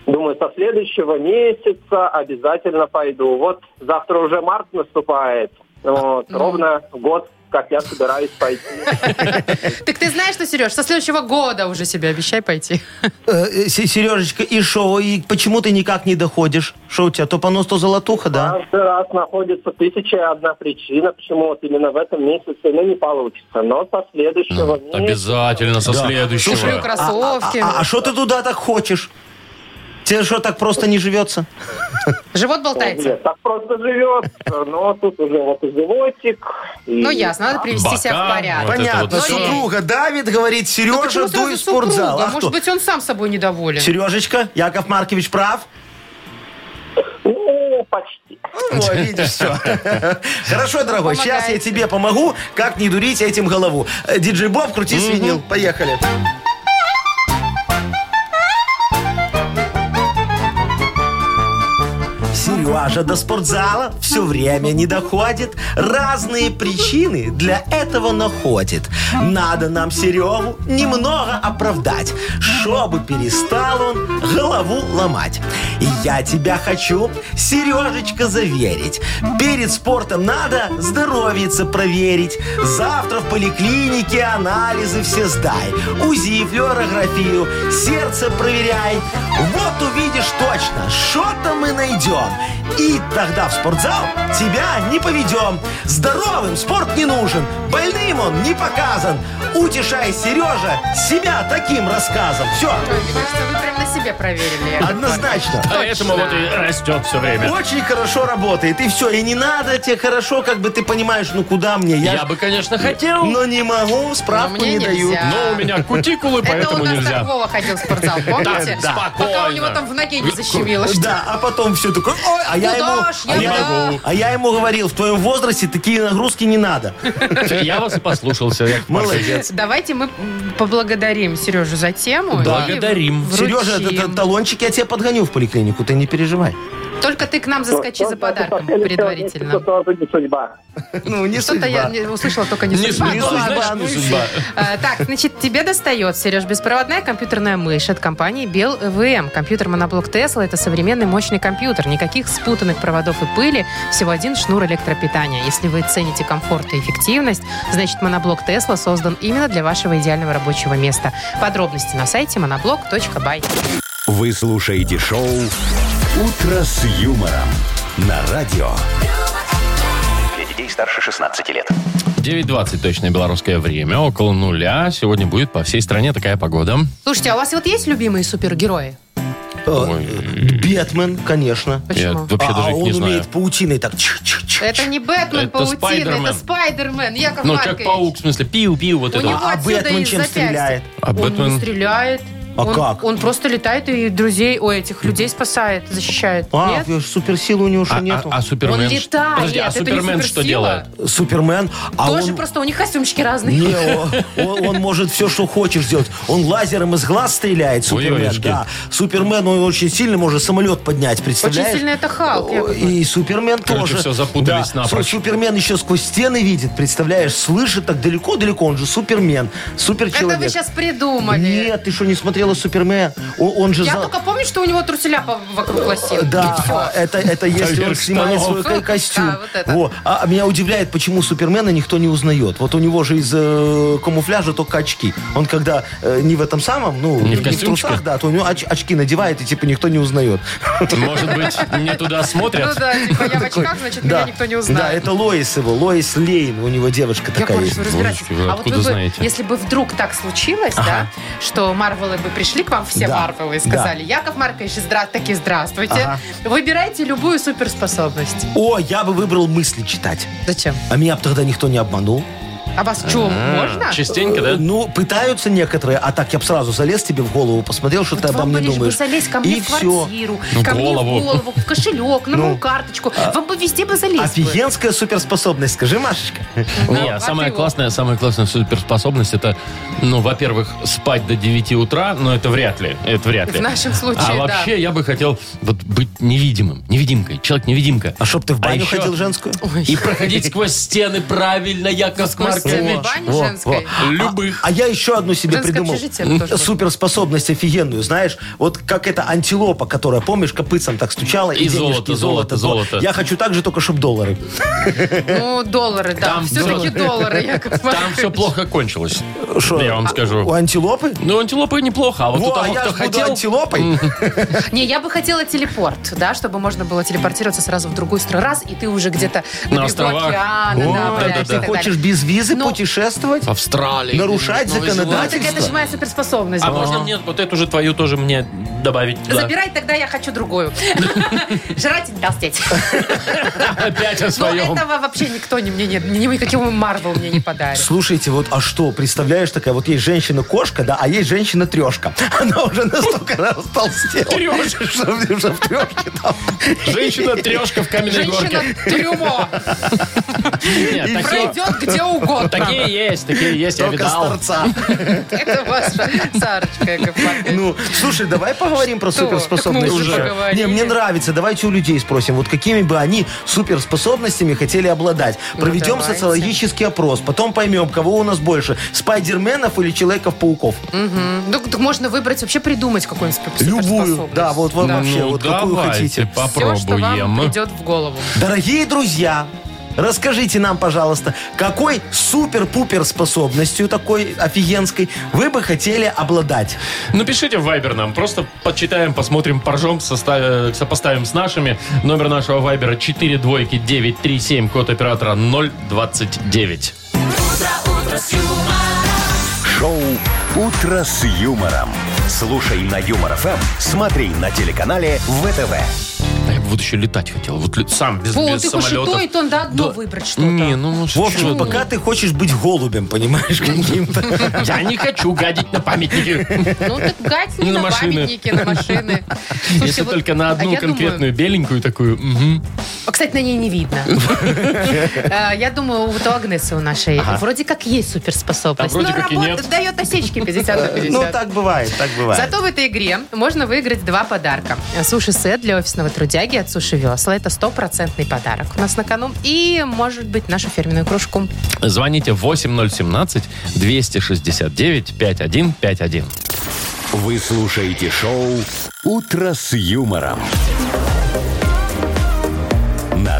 Speaker 7: Думаю, со следующего месяца обязательно пойду. Вот завтра уже март наступает. Вот, ровно год, как я собираюсь
Speaker 2: *laughs*
Speaker 7: пойти.
Speaker 2: Так ты знаешь что, Сереж, со следующего года уже себе обещай пойти.
Speaker 3: Э, э, Се- Сережечка, и шо? И почему ты никак не доходишь? Что у тебя, то понос, то золотуха, да?
Speaker 7: Каждый раз находится тысяча и одна причина, почему вот именно в этом месяце ну, не получится. Но со следующего
Speaker 2: Ну,
Speaker 7: месяца...
Speaker 1: Обязательно со
Speaker 2: Шлю
Speaker 3: ну,
Speaker 1: следующего.
Speaker 2: кроссовки.
Speaker 3: А что ты туда так хочешь? Тебе что, так просто не живется?
Speaker 2: Живот болтается.
Speaker 7: Нет, так просто живет, но тут уже вот и животик. и-
Speaker 2: Ну, ясно, надо привести себя в
Speaker 1: Бока,
Speaker 2: порядок.
Speaker 1: вот.
Speaker 3: Понятно,
Speaker 2: вот всё.
Speaker 3: супруга давит, говорит,
Speaker 2: Ну,
Speaker 3: Сережа,
Speaker 2: почему сразу
Speaker 3: дуй в спортзал.
Speaker 2: супруга?
Speaker 3: А
Speaker 2: Может
Speaker 3: кто?
Speaker 2: быть, он сам собой недоволен.
Speaker 3: Сережечка, Яков Маркович прав?
Speaker 7: Ну, почти.
Speaker 3: О, видишь, все. *laughs* Хорошо, дорогой, сейчас я
Speaker 2: Помогаете.
Speaker 3: тебе помогу, как не дурить этим голову. Э, Диджей Боб, крути свинил. Поехали. Сережа до спортзала все время не доходит. Разные причины для этого находит. Надо нам Серегу немного оправдать, чтобы перестал он голову ломать. Я тебя хочу, Сережечка, заверить. Перед спортом надо здоровиться проверить. Завтра в поликлинике анализы все сдай. УЗИ, флюорографию, сердце проверяй. Вот увидишь точно, что там мы найдем. И тогда в спортзал тебя не поведем. Здоровым спорт не нужен, больным он не показан. Утешай, Сережа, себя таким рассказом. Все,
Speaker 2: Ой, Мне кажется, вы прям на себе проверили. Яков
Speaker 3: однозначно.
Speaker 1: Поэтому А вот и растет все время.
Speaker 3: Очень хорошо работает, и все, и не надо тебе хорошо, как бы ты понимаешь, ну куда мне, я,
Speaker 1: Я
Speaker 3: ж-
Speaker 1: бы, конечно, хотел,
Speaker 3: но не могу, справку
Speaker 2: мне
Speaker 3: не дают.
Speaker 2: нельзя.
Speaker 1: но у меня кутикулы,
Speaker 2: Это у
Speaker 1: поэтому
Speaker 2: нас
Speaker 1: нельзя.
Speaker 2: так Вова ходил в спортзал, помните?
Speaker 1: Да, да.
Speaker 2: Пока у него
Speaker 1: Спокойно.
Speaker 2: там в ноге не защемило. что-
Speaker 3: Да, а потом все такое, ой, а я
Speaker 2: Куда
Speaker 3: ему...
Speaker 2: ж
Speaker 3: а
Speaker 2: я
Speaker 3: я-
Speaker 2: туда?»
Speaker 3: А я ему говорил, в твоем возрасте такие нагрузки не надо.
Speaker 1: Я вас и послушался, Яков Маркович.
Speaker 3: Молодец.
Speaker 2: Давайте мы м, поблагодарим Сережу за тему. и
Speaker 1: Благодарим.
Speaker 2: вручим.
Speaker 3: Сережа, это- это талончик я тебе подгоню в поликлинику, ты не переживай.
Speaker 2: Только ты к нам
Speaker 7: Ну,
Speaker 2: заскочи за подарком предварительно.
Speaker 7: Судьба.
Speaker 3: Ну, не
Speaker 2: Что-то я
Speaker 3: судьба.
Speaker 2: не услышала, только не
Speaker 1: Не
Speaker 2: судьба.
Speaker 1: судьба,
Speaker 2: Ну ладно.
Speaker 1: значит, не судьба.
Speaker 2: А, Так, значит, тебе достает, Сереж, беспроводная компьютерная мышь от компании BellVM. Компьютер моноблок Tesla – это современный мощный компьютер. Никаких спутанных проводов и пыли, всего один шнур электропитания. Если вы цените комфорт и эффективность, значит, моноблок Tesla создан именно для вашего идеального рабочего места. Подробности на сайте monoblock.by.
Speaker 4: Вы слушаете шоу «Утро с юмором» на радио.
Speaker 5: Для детей старше 16 лет.
Speaker 1: 9.20 точное белорусское время, около нуля. Сегодня будет по всей стране такая погода.
Speaker 2: Слушайте, а у вас вот есть любимые супергерои?
Speaker 1: Ой.
Speaker 3: Бэтмен, конечно.
Speaker 1: Я
Speaker 2: Почему?
Speaker 1: вообще
Speaker 3: а
Speaker 1: даже их
Speaker 3: он
Speaker 1: не знаю.
Speaker 3: умеет паутиной так... чш-чш-чш.
Speaker 2: Это не Бэтмен,
Speaker 1: Это
Speaker 2: паутина,
Speaker 1: Спайдермен.
Speaker 2: это Спайдермен, Яков
Speaker 1: Ну,
Speaker 2: Маркович.
Speaker 1: как паук, в смысле, пиу-пиу, вот
Speaker 2: У
Speaker 1: это
Speaker 2: него
Speaker 1: вот.
Speaker 3: А
Speaker 2: отсюда
Speaker 3: Бэтмен
Speaker 2: из
Speaker 3: чем
Speaker 2: запястья.
Speaker 3: стреляет?
Speaker 1: А
Speaker 2: он не
Speaker 1: Бэтмен...
Speaker 2: стреляет.
Speaker 3: А
Speaker 2: он,
Speaker 3: как?
Speaker 2: Он просто летает и друзей, ой, этих людей спасает, защищает.
Speaker 3: А,
Speaker 2: Нет?
Speaker 3: суперсилы у него
Speaker 1: А,
Speaker 3: уже нету.
Speaker 1: а- а Супермен...
Speaker 2: Он
Speaker 1: ш-
Speaker 2: летает,
Speaker 1: Подожди, а
Speaker 2: это не
Speaker 1: Супермен что
Speaker 2: суперсила.
Speaker 1: делает?
Speaker 3: Супермен, а
Speaker 2: Тоже
Speaker 3: он...
Speaker 2: просто у них костюмчики разные. *laughs*
Speaker 3: Не, о- о- он, может все, что хочешь сделать. Он лазером из глаз стреляет, Супермен.
Speaker 1: Ой-ой-ой.
Speaker 3: да. Супермен, он очень сильно может самолет поднять, представляешь?
Speaker 2: сильно это Халк,
Speaker 3: О,
Speaker 2: Яков
Speaker 3: И Супермен
Speaker 1: Короче,
Speaker 3: тоже.
Speaker 1: всё, запутались напрочь.
Speaker 3: Су- Супермен еще сквозь стены видит, представляешь? Слышит так далеко-далеко, он же Супермен.
Speaker 2: Это
Speaker 3: Суперчеловек.
Speaker 2: вы сейчас придумали.
Speaker 3: Нет, ты что, не смотрела Супермен? О- Он, же...
Speaker 2: Я
Speaker 3: за-
Speaker 2: только помню, что у него труселя по- вокруг лосин.
Speaker 3: Да,
Speaker 2: И всё.
Speaker 3: это, это если он
Speaker 1: Поверх
Speaker 3: снимает
Speaker 1: штанов.
Speaker 3: свой ко- костюм.
Speaker 2: Да, вот это.
Speaker 3: Во. А, а меня удивляет, почему Супермена никто не узнает. Вот у него же из э, камуфляжа только очки. Он когда э, не в этом самом, ну,
Speaker 1: Не в костюмчике?
Speaker 3: трусах, да, то у него оч- очки надевает, и типа никто не
Speaker 2: *laughs*
Speaker 3: узнает.
Speaker 1: Может быть, не туда
Speaker 2: Ну
Speaker 1: смотрят?
Speaker 2: да, типа я в очках, значит, меня
Speaker 3: Да.
Speaker 2: никто не
Speaker 3: Да,
Speaker 2: узнает.
Speaker 3: это Лоис его, Лоис Лейн, у него девочка
Speaker 2: Я
Speaker 3: такая есть.
Speaker 2: вы разбираетесь.
Speaker 1: Вовочка, вы
Speaker 2: а вот
Speaker 1: откуда
Speaker 2: вы бы,
Speaker 1: знаете?
Speaker 2: если бы вдруг так случилось, да, что Марвелы бы пришли к вам, все
Speaker 3: Да.
Speaker 2: Марвелы, и сказали, Яков Маркович, здра... таки здравствуйте,
Speaker 3: Ага.
Speaker 2: выбирайте любую суперспособность.
Speaker 3: О, я бы выбрал мысли читать.
Speaker 2: Зачем?
Speaker 3: А меня бы тогда никто не обманул.
Speaker 2: А вас что, можно?
Speaker 1: Частенько,
Speaker 3: Э,
Speaker 1: да?
Speaker 3: Ну, пытаются некоторые, а так я бы сразу залез тебе в голову, посмотрел, что ты
Speaker 2: Вот
Speaker 3: обо
Speaker 2: вам
Speaker 3: мне
Speaker 2: бы лишь бы
Speaker 3: думаешь.
Speaker 2: залезть ко мне
Speaker 3: И
Speaker 2: в
Speaker 3: все.
Speaker 2: квартиру,
Speaker 1: Ну,
Speaker 2: ко
Speaker 1: голову.
Speaker 2: мне в голову, в кошелек, на мою карточку. Вам бы везде бы залезть. бы.
Speaker 3: Офигенская суперспособность, скажи, Машечка.
Speaker 1: Не,
Speaker 2: а
Speaker 1: а самая
Speaker 2: ты
Speaker 1: классная, самая классная суперспособность это, ну, во-первых, спать до 9 утра, но это вряд ли, это вряд ли.
Speaker 2: В нашем случае,
Speaker 1: А
Speaker 2: да.
Speaker 1: вообще я бы хотел вот быть невидимым, невидимкой, человек-невидимка.
Speaker 3: А чтоб ты в баню
Speaker 1: еще-
Speaker 3: ходил женскую?
Speaker 1: И проходить сквозь стены правильно, Яков
Speaker 2: Сквозь стены
Speaker 1: Маркович.
Speaker 2: бани
Speaker 3: Во,
Speaker 2: женской.
Speaker 3: во.
Speaker 1: Любых.
Speaker 3: А я еще одну себе
Speaker 2: Женское
Speaker 3: придумал.
Speaker 2: общежитие это тоже
Speaker 3: Суперспособность офигенную, знаешь, вот как эта антилопа, которая, помнишь, копытцем так стучала.
Speaker 1: И
Speaker 3: денежки,
Speaker 1: золото, золото, золото.
Speaker 3: Я хочу так же, только чтобы доллары.
Speaker 2: Ну, доллары, да.
Speaker 1: Там
Speaker 2: Все-таки доллары, Яков
Speaker 1: Там
Speaker 2: Маркович.
Speaker 1: все плохо кончилось.
Speaker 3: Шо,
Speaker 1: Я вам
Speaker 3: а, У
Speaker 1: скажу.
Speaker 3: антилопы?
Speaker 1: Ну, антилопы неплохо, а вот
Speaker 3: Во,
Speaker 1: у
Speaker 3: а
Speaker 1: того,
Speaker 3: я
Speaker 1: кто
Speaker 3: ж буду
Speaker 1: хотел...
Speaker 3: антилопой.
Speaker 2: Не, я бы хотела телепорт, да, чтобы можно было телепортироваться сразу в другую страну. Раз, и ты уже где-то
Speaker 1: На
Speaker 2: на, берегу
Speaker 1: островах.
Speaker 2: океана,
Speaker 3: О,
Speaker 2: да, валяешься
Speaker 1: да-да-да.
Speaker 2: и
Speaker 3: Ты
Speaker 2: так далее.
Speaker 3: хочешь без визы
Speaker 2: Ну,
Speaker 3: путешествовать?
Speaker 1: В Австралии.
Speaker 3: Нарушать
Speaker 1: Новой Зеландии.
Speaker 2: Так это
Speaker 3: законодательство?
Speaker 2: же моя суперспособность.
Speaker 1: А
Speaker 2: была.
Speaker 1: можно мне, вот эту же твою тоже мне добавить. да.
Speaker 2: Забирай, тогда я хочу другую. Жрать и не толстеть.
Speaker 1: *laughs* Опять о
Speaker 2: Но
Speaker 1: своем. *laughs*
Speaker 2: этого вообще никто не мне не... ни- Никаким Марвел мне не подарит.
Speaker 3: Слушайте, вот а что, представляешь, такая вот есть женщина-кошка, да, а есть женщина-трешка. *laughs* Она уже настолько раз толстела,
Speaker 1: Трёшка.
Speaker 3: *laughs* что уже в трешке там.
Speaker 1: Женщина-трешка в каменной горке.
Speaker 2: Женщина-трюмо.
Speaker 1: Нет,
Speaker 3: И
Speaker 1: такие-
Speaker 2: Пройдет где угодно.
Speaker 1: Такие есть, такие есть, я
Speaker 3: Только с
Speaker 1: видал.
Speaker 3: торца.
Speaker 2: *laughs* Это ваша Сарочка, Яков Маркович.
Speaker 3: Ну, слушай, давай поговорим про
Speaker 2: Что?
Speaker 3: суперспособности.
Speaker 2: Так мы уже
Speaker 3: еще.
Speaker 2: поговорили.
Speaker 3: Не, мне нравится. Давайте у людей спросим, вот какими бы они суперспособностями хотели обладать. Проведем
Speaker 2: Ну, давайте.
Speaker 3: социологический опрос, потом поймем, кого у нас больше, спайдерменов или человеков-пауков.
Speaker 2: Мгм. Ну, так можно выбрать, вообще придумать какую-нибудь суп-
Speaker 3: Любую.
Speaker 2: Ну, суперспособность.
Speaker 3: Да, вот вот вообще,
Speaker 1: Ну,
Speaker 3: вот какую
Speaker 1: давайте
Speaker 3: хотите.
Speaker 2: Все, что вам
Speaker 1: попробуем.
Speaker 2: придет в голову.
Speaker 3: Дорогие друзья, расскажите нам, пожалуйста, какой супер-пупер способностью такой офигенской вы бы хотели обладать?
Speaker 1: Напишите в Viber нам, просто почитаем, посмотрим, поржем, состав- сопоставим с нашими. Номер нашего Viber 4 двойки 937, код оператора 029.
Speaker 4: Шоу «Утро с юмором». Слушай на Юмор ФМ, смотри на телеканале ВТВ.
Speaker 1: Да А я бы вот еще летать хотел, вот ле- сам, без,
Speaker 2: Фу,
Speaker 1: без
Speaker 2: ты хочешь и
Speaker 1: самолетов.
Speaker 2: то, и то, надо одно
Speaker 1: Да.
Speaker 2: выбрать что-то.
Speaker 1: Не, ну может,
Speaker 3: Вовчик,
Speaker 1: чё?
Speaker 3: пока ты хочешь быть голубем, понимаешь, каким-то.
Speaker 1: Я не хочу гадить на памятники.
Speaker 2: Ну, так гать не
Speaker 1: На
Speaker 2: на,
Speaker 1: машины.
Speaker 2: памятники, на машины.
Speaker 1: *laughs* Если
Speaker 2: *laughs* Слушайте, вот-
Speaker 1: только на
Speaker 2: а
Speaker 1: одну
Speaker 2: я думаю-
Speaker 1: конкретную беленькую такую. мгм.
Speaker 2: А, Кстати, на ней
Speaker 1: *laughs*
Speaker 2: не видно. Э, Я думаю, вот у Агнесы у нашей вроде как есть суперспособность.
Speaker 1: А вроде
Speaker 2: но
Speaker 1: как и
Speaker 2: работа
Speaker 1: нет.
Speaker 2: дает осечки 50
Speaker 1: *laughs*
Speaker 2: на 50.
Speaker 3: Ну, так бывает, так бывает.
Speaker 2: Зато в этой игре можно выиграть два подарка. Суши-сет для офисного трудяги от Суши Весла. Это стопроцентный подарок у нас на кону. И, может быть, нашу фирменную кружку.
Speaker 1: Звоните 8017-269-5151.
Speaker 4: Вы слушаете шоу «Утро с юмором». На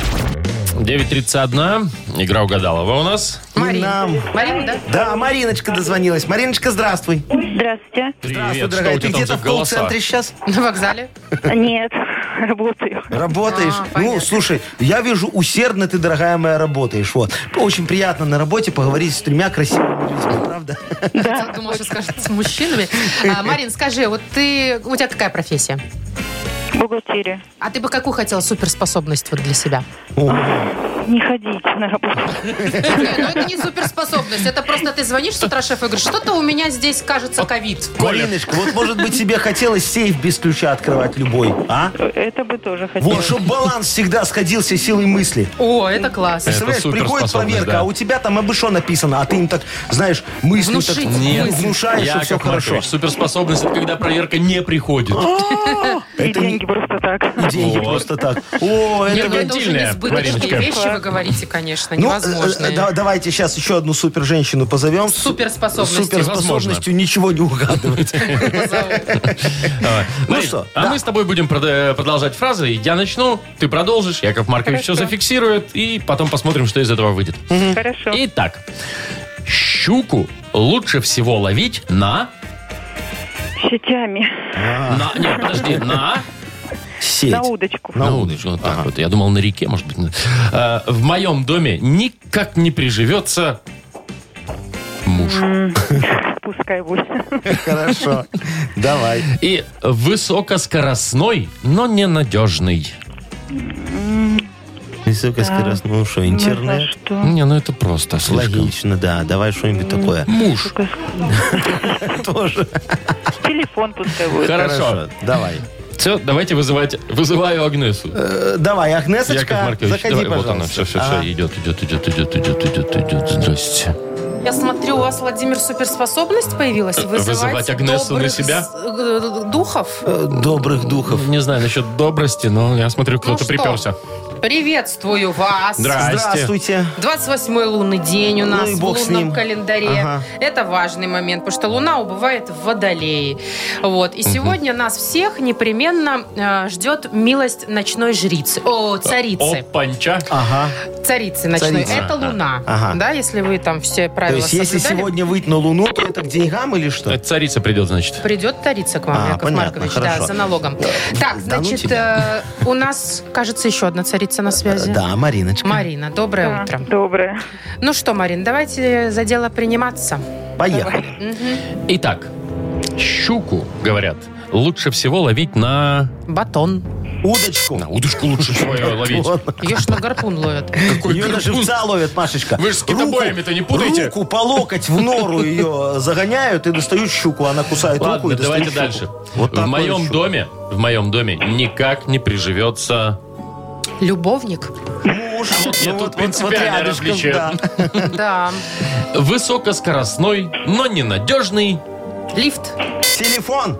Speaker 1: 9.31. Игра угадалова у нас.
Speaker 2: Марина.
Speaker 3: нам.
Speaker 2: Марина, да?
Speaker 3: Да, Мариночка дозвонилась. Мариночка, здравствуй.
Speaker 8: Здравствуйте.
Speaker 3: Здравствуй,
Speaker 1: Привет, что
Speaker 3: дорогая.
Speaker 1: у
Speaker 3: Ты
Speaker 1: тебя там
Speaker 3: где-то
Speaker 1: за
Speaker 3: в
Speaker 1: голоса?
Speaker 3: колл-центре сейчас?
Speaker 2: На вокзале.
Speaker 8: Нет, *laughs* работаю.
Speaker 3: Работаешь?
Speaker 2: А, понятно.
Speaker 3: ну, слушай, я вижу, усердно ты, дорогая моя, работаешь. Вот. Ну, Очень приятно на работе поговорить с тремя красивыми людьми, правда?
Speaker 2: *laughs* Хотела, думала, что скажет с мужчинами. А, Марин, скажи, вот ты, у тебя какая профессия?
Speaker 8: Бухгалтерия.
Speaker 2: А ты бы какую хотела суперспособность вот для себя?
Speaker 8: Не ходите на работу.
Speaker 2: Не, ну это не суперспособность, это просто ты звонишь с утра шефу и говоришь, что-то у меня здесь кажется ковид.
Speaker 3: Мариночка, вот, может быть, тебе хотелось сейф без ключа открывать любой, а?
Speaker 8: Это бы тоже
Speaker 3: Вот,
Speaker 8: хотелось.
Speaker 3: чтобы баланс всегда сходился силой мысли.
Speaker 2: О, это класс.
Speaker 3: Представляешь, приходит
Speaker 1: суперспособность,
Speaker 3: проверка,
Speaker 1: да.
Speaker 3: а у тебя там обы что написано, а ты им так, знаешь, мысли так
Speaker 2: Внушить.
Speaker 3: ну, внушаешь, и
Speaker 1: Яков
Speaker 3: все хорошо.
Speaker 1: Маркович, суперспособность, это когда проверка не приходит.
Speaker 8: И
Speaker 3: это не-
Speaker 8: деньги просто так.
Speaker 3: И деньги
Speaker 1: Вот.
Speaker 3: просто так.
Speaker 2: Нет,
Speaker 3: О, это
Speaker 2: ну это уже
Speaker 1: меркантильная,
Speaker 2: несбыточные
Speaker 1: Мариночка.
Speaker 2: вещи вы говорите, конечно,
Speaker 3: Ну, э, э, да-
Speaker 2: невозможные.
Speaker 3: давайте сейчас еще одну супер женщину позовем. С
Speaker 2: суперспособностью.
Speaker 3: суперспособностью ничего
Speaker 1: *laughs*
Speaker 3: не угадывать.
Speaker 1: э, Давай. Марин,
Speaker 3: Ну что,
Speaker 1: а
Speaker 3: да.
Speaker 1: мы с тобой будем прод- продолжать фразы. Я начну, ты продолжишь, Яков Маркович все зафиксирует, и потом посмотрим, что из этого выйдет.
Speaker 8: Хорошо.
Speaker 1: Итак, щуку лучше всего ловить на...
Speaker 8: Щетями.
Speaker 3: А.
Speaker 1: на- нет, подожди, на...
Speaker 3: Сеть.
Speaker 8: На удочку.
Speaker 1: На удочку, вот так вот. Я думал, на реке, может быть. на- Э, в моем доме никак не приживется муж.
Speaker 8: Пускай восемь.
Speaker 3: Хорошо. Давай.
Speaker 1: И высокоскоростной, но ненадежный.
Speaker 3: Высокоскоростной ну, что,
Speaker 8: Ну,
Speaker 3: интернет?
Speaker 8: что?
Speaker 1: Не, ну это просто слишком.
Speaker 3: Логично, да. Давай что-нибудь такое.
Speaker 1: Муж.
Speaker 3: *laughs* Тоже.
Speaker 8: Телефон пускай
Speaker 3: *laughs*
Speaker 8: будет.
Speaker 1: Хорошо.
Speaker 3: Давай.
Speaker 1: Все, давайте вызывать. Вызываю Агнесу.
Speaker 3: Э, Давай,
Speaker 1: Яков
Speaker 3: Агнесочка,
Speaker 1: Маркович,
Speaker 3: заходи,
Speaker 1: давай. Вот она,
Speaker 3: пожалуйста. А,
Speaker 1: все, все, все, идет, идет, идет, идет, идет, идет, идет. Здрасте.
Speaker 2: Я смотрю, у вас, Владимир, суперспособность появилась. Вызывать,
Speaker 1: Э, вызывать Агнесу на
Speaker 2: добрых
Speaker 1: себя? Ну,
Speaker 2: с- э, духов.
Speaker 3: Э, Добрых духов.
Speaker 1: Не знаю насчет добрости, но я смотрю,
Speaker 2: Ну
Speaker 1: кто-то
Speaker 2: что,
Speaker 1: приперся.
Speaker 2: Приветствую вас.
Speaker 1: Здра- Здрасте.
Speaker 3: Здравствуйте.
Speaker 2: 28 лунный день у
Speaker 3: Ну
Speaker 2: нас
Speaker 3: и
Speaker 2: в
Speaker 3: бог с
Speaker 2: лунном
Speaker 3: ним.
Speaker 2: календаре.
Speaker 3: Ага.
Speaker 2: Это важный момент, потому что Луна убывает в Водолее. Вот. И сегодня нас всех непременно э, ждет милость ночной жрицы. О, царицы.
Speaker 1: Опанча.
Speaker 3: Ага.
Speaker 2: Царицы ночной.
Speaker 3: Царица.
Speaker 2: Это Луна.
Speaker 3: Ага.
Speaker 2: Да, если вы там все
Speaker 3: То
Speaker 2: правила
Speaker 3: есть, если
Speaker 2: соблюдали,
Speaker 3: сегодня выйти на Луну, то это к деньгам или что?
Speaker 1: Это Царица придет, значит.
Speaker 2: Придет царица к вам,
Speaker 3: А,
Speaker 2: Яков
Speaker 3: понятно,
Speaker 2: Маркович, да,
Speaker 3: хорошо.
Speaker 2: за налогом. Так,
Speaker 3: Да ну
Speaker 2: значит,
Speaker 3: тебя.
Speaker 2: э, у нас, кажется, еще одна находится на связи?
Speaker 3: Да, Мариночка.
Speaker 2: Марина, доброе
Speaker 8: Да,
Speaker 2: утро.
Speaker 8: Доброе.
Speaker 2: Ну что, Марин, давайте за дело приниматься.
Speaker 3: Поехали.
Speaker 1: Итак, щуку, говорят, лучше всего ловить на...
Speaker 2: Батон.
Speaker 3: Удочку.
Speaker 1: Удочку лучше всего ее ловить.
Speaker 2: Ее ж на гарпун ловят.
Speaker 1: Какой
Speaker 3: Ее на
Speaker 1: гарпун.
Speaker 3: живца ловят, Машечка.
Speaker 1: Вы ж с
Speaker 3: Руку-
Speaker 1: китобоями-то не путайте.
Speaker 3: Руку по локоть в нору ее загоняют и достают щуку. Она кусает руку
Speaker 1: Ладно,
Speaker 3: и достает
Speaker 1: давайте
Speaker 3: щуку.
Speaker 1: дальше.
Speaker 3: Вот
Speaker 1: в
Speaker 3: так
Speaker 1: моем
Speaker 3: щука.
Speaker 1: доме, в моем доме никак не приживется...
Speaker 2: Любовник?
Speaker 3: Муж.
Speaker 1: вот
Speaker 3: Ну,
Speaker 1: я тут
Speaker 3: вот- вот- вот
Speaker 1: принципиальное
Speaker 3: рядышком,
Speaker 1: различие.
Speaker 3: да.
Speaker 2: Да.
Speaker 1: Высокоскоростной, но ненадежный.
Speaker 2: Лифт?
Speaker 3: Телефон.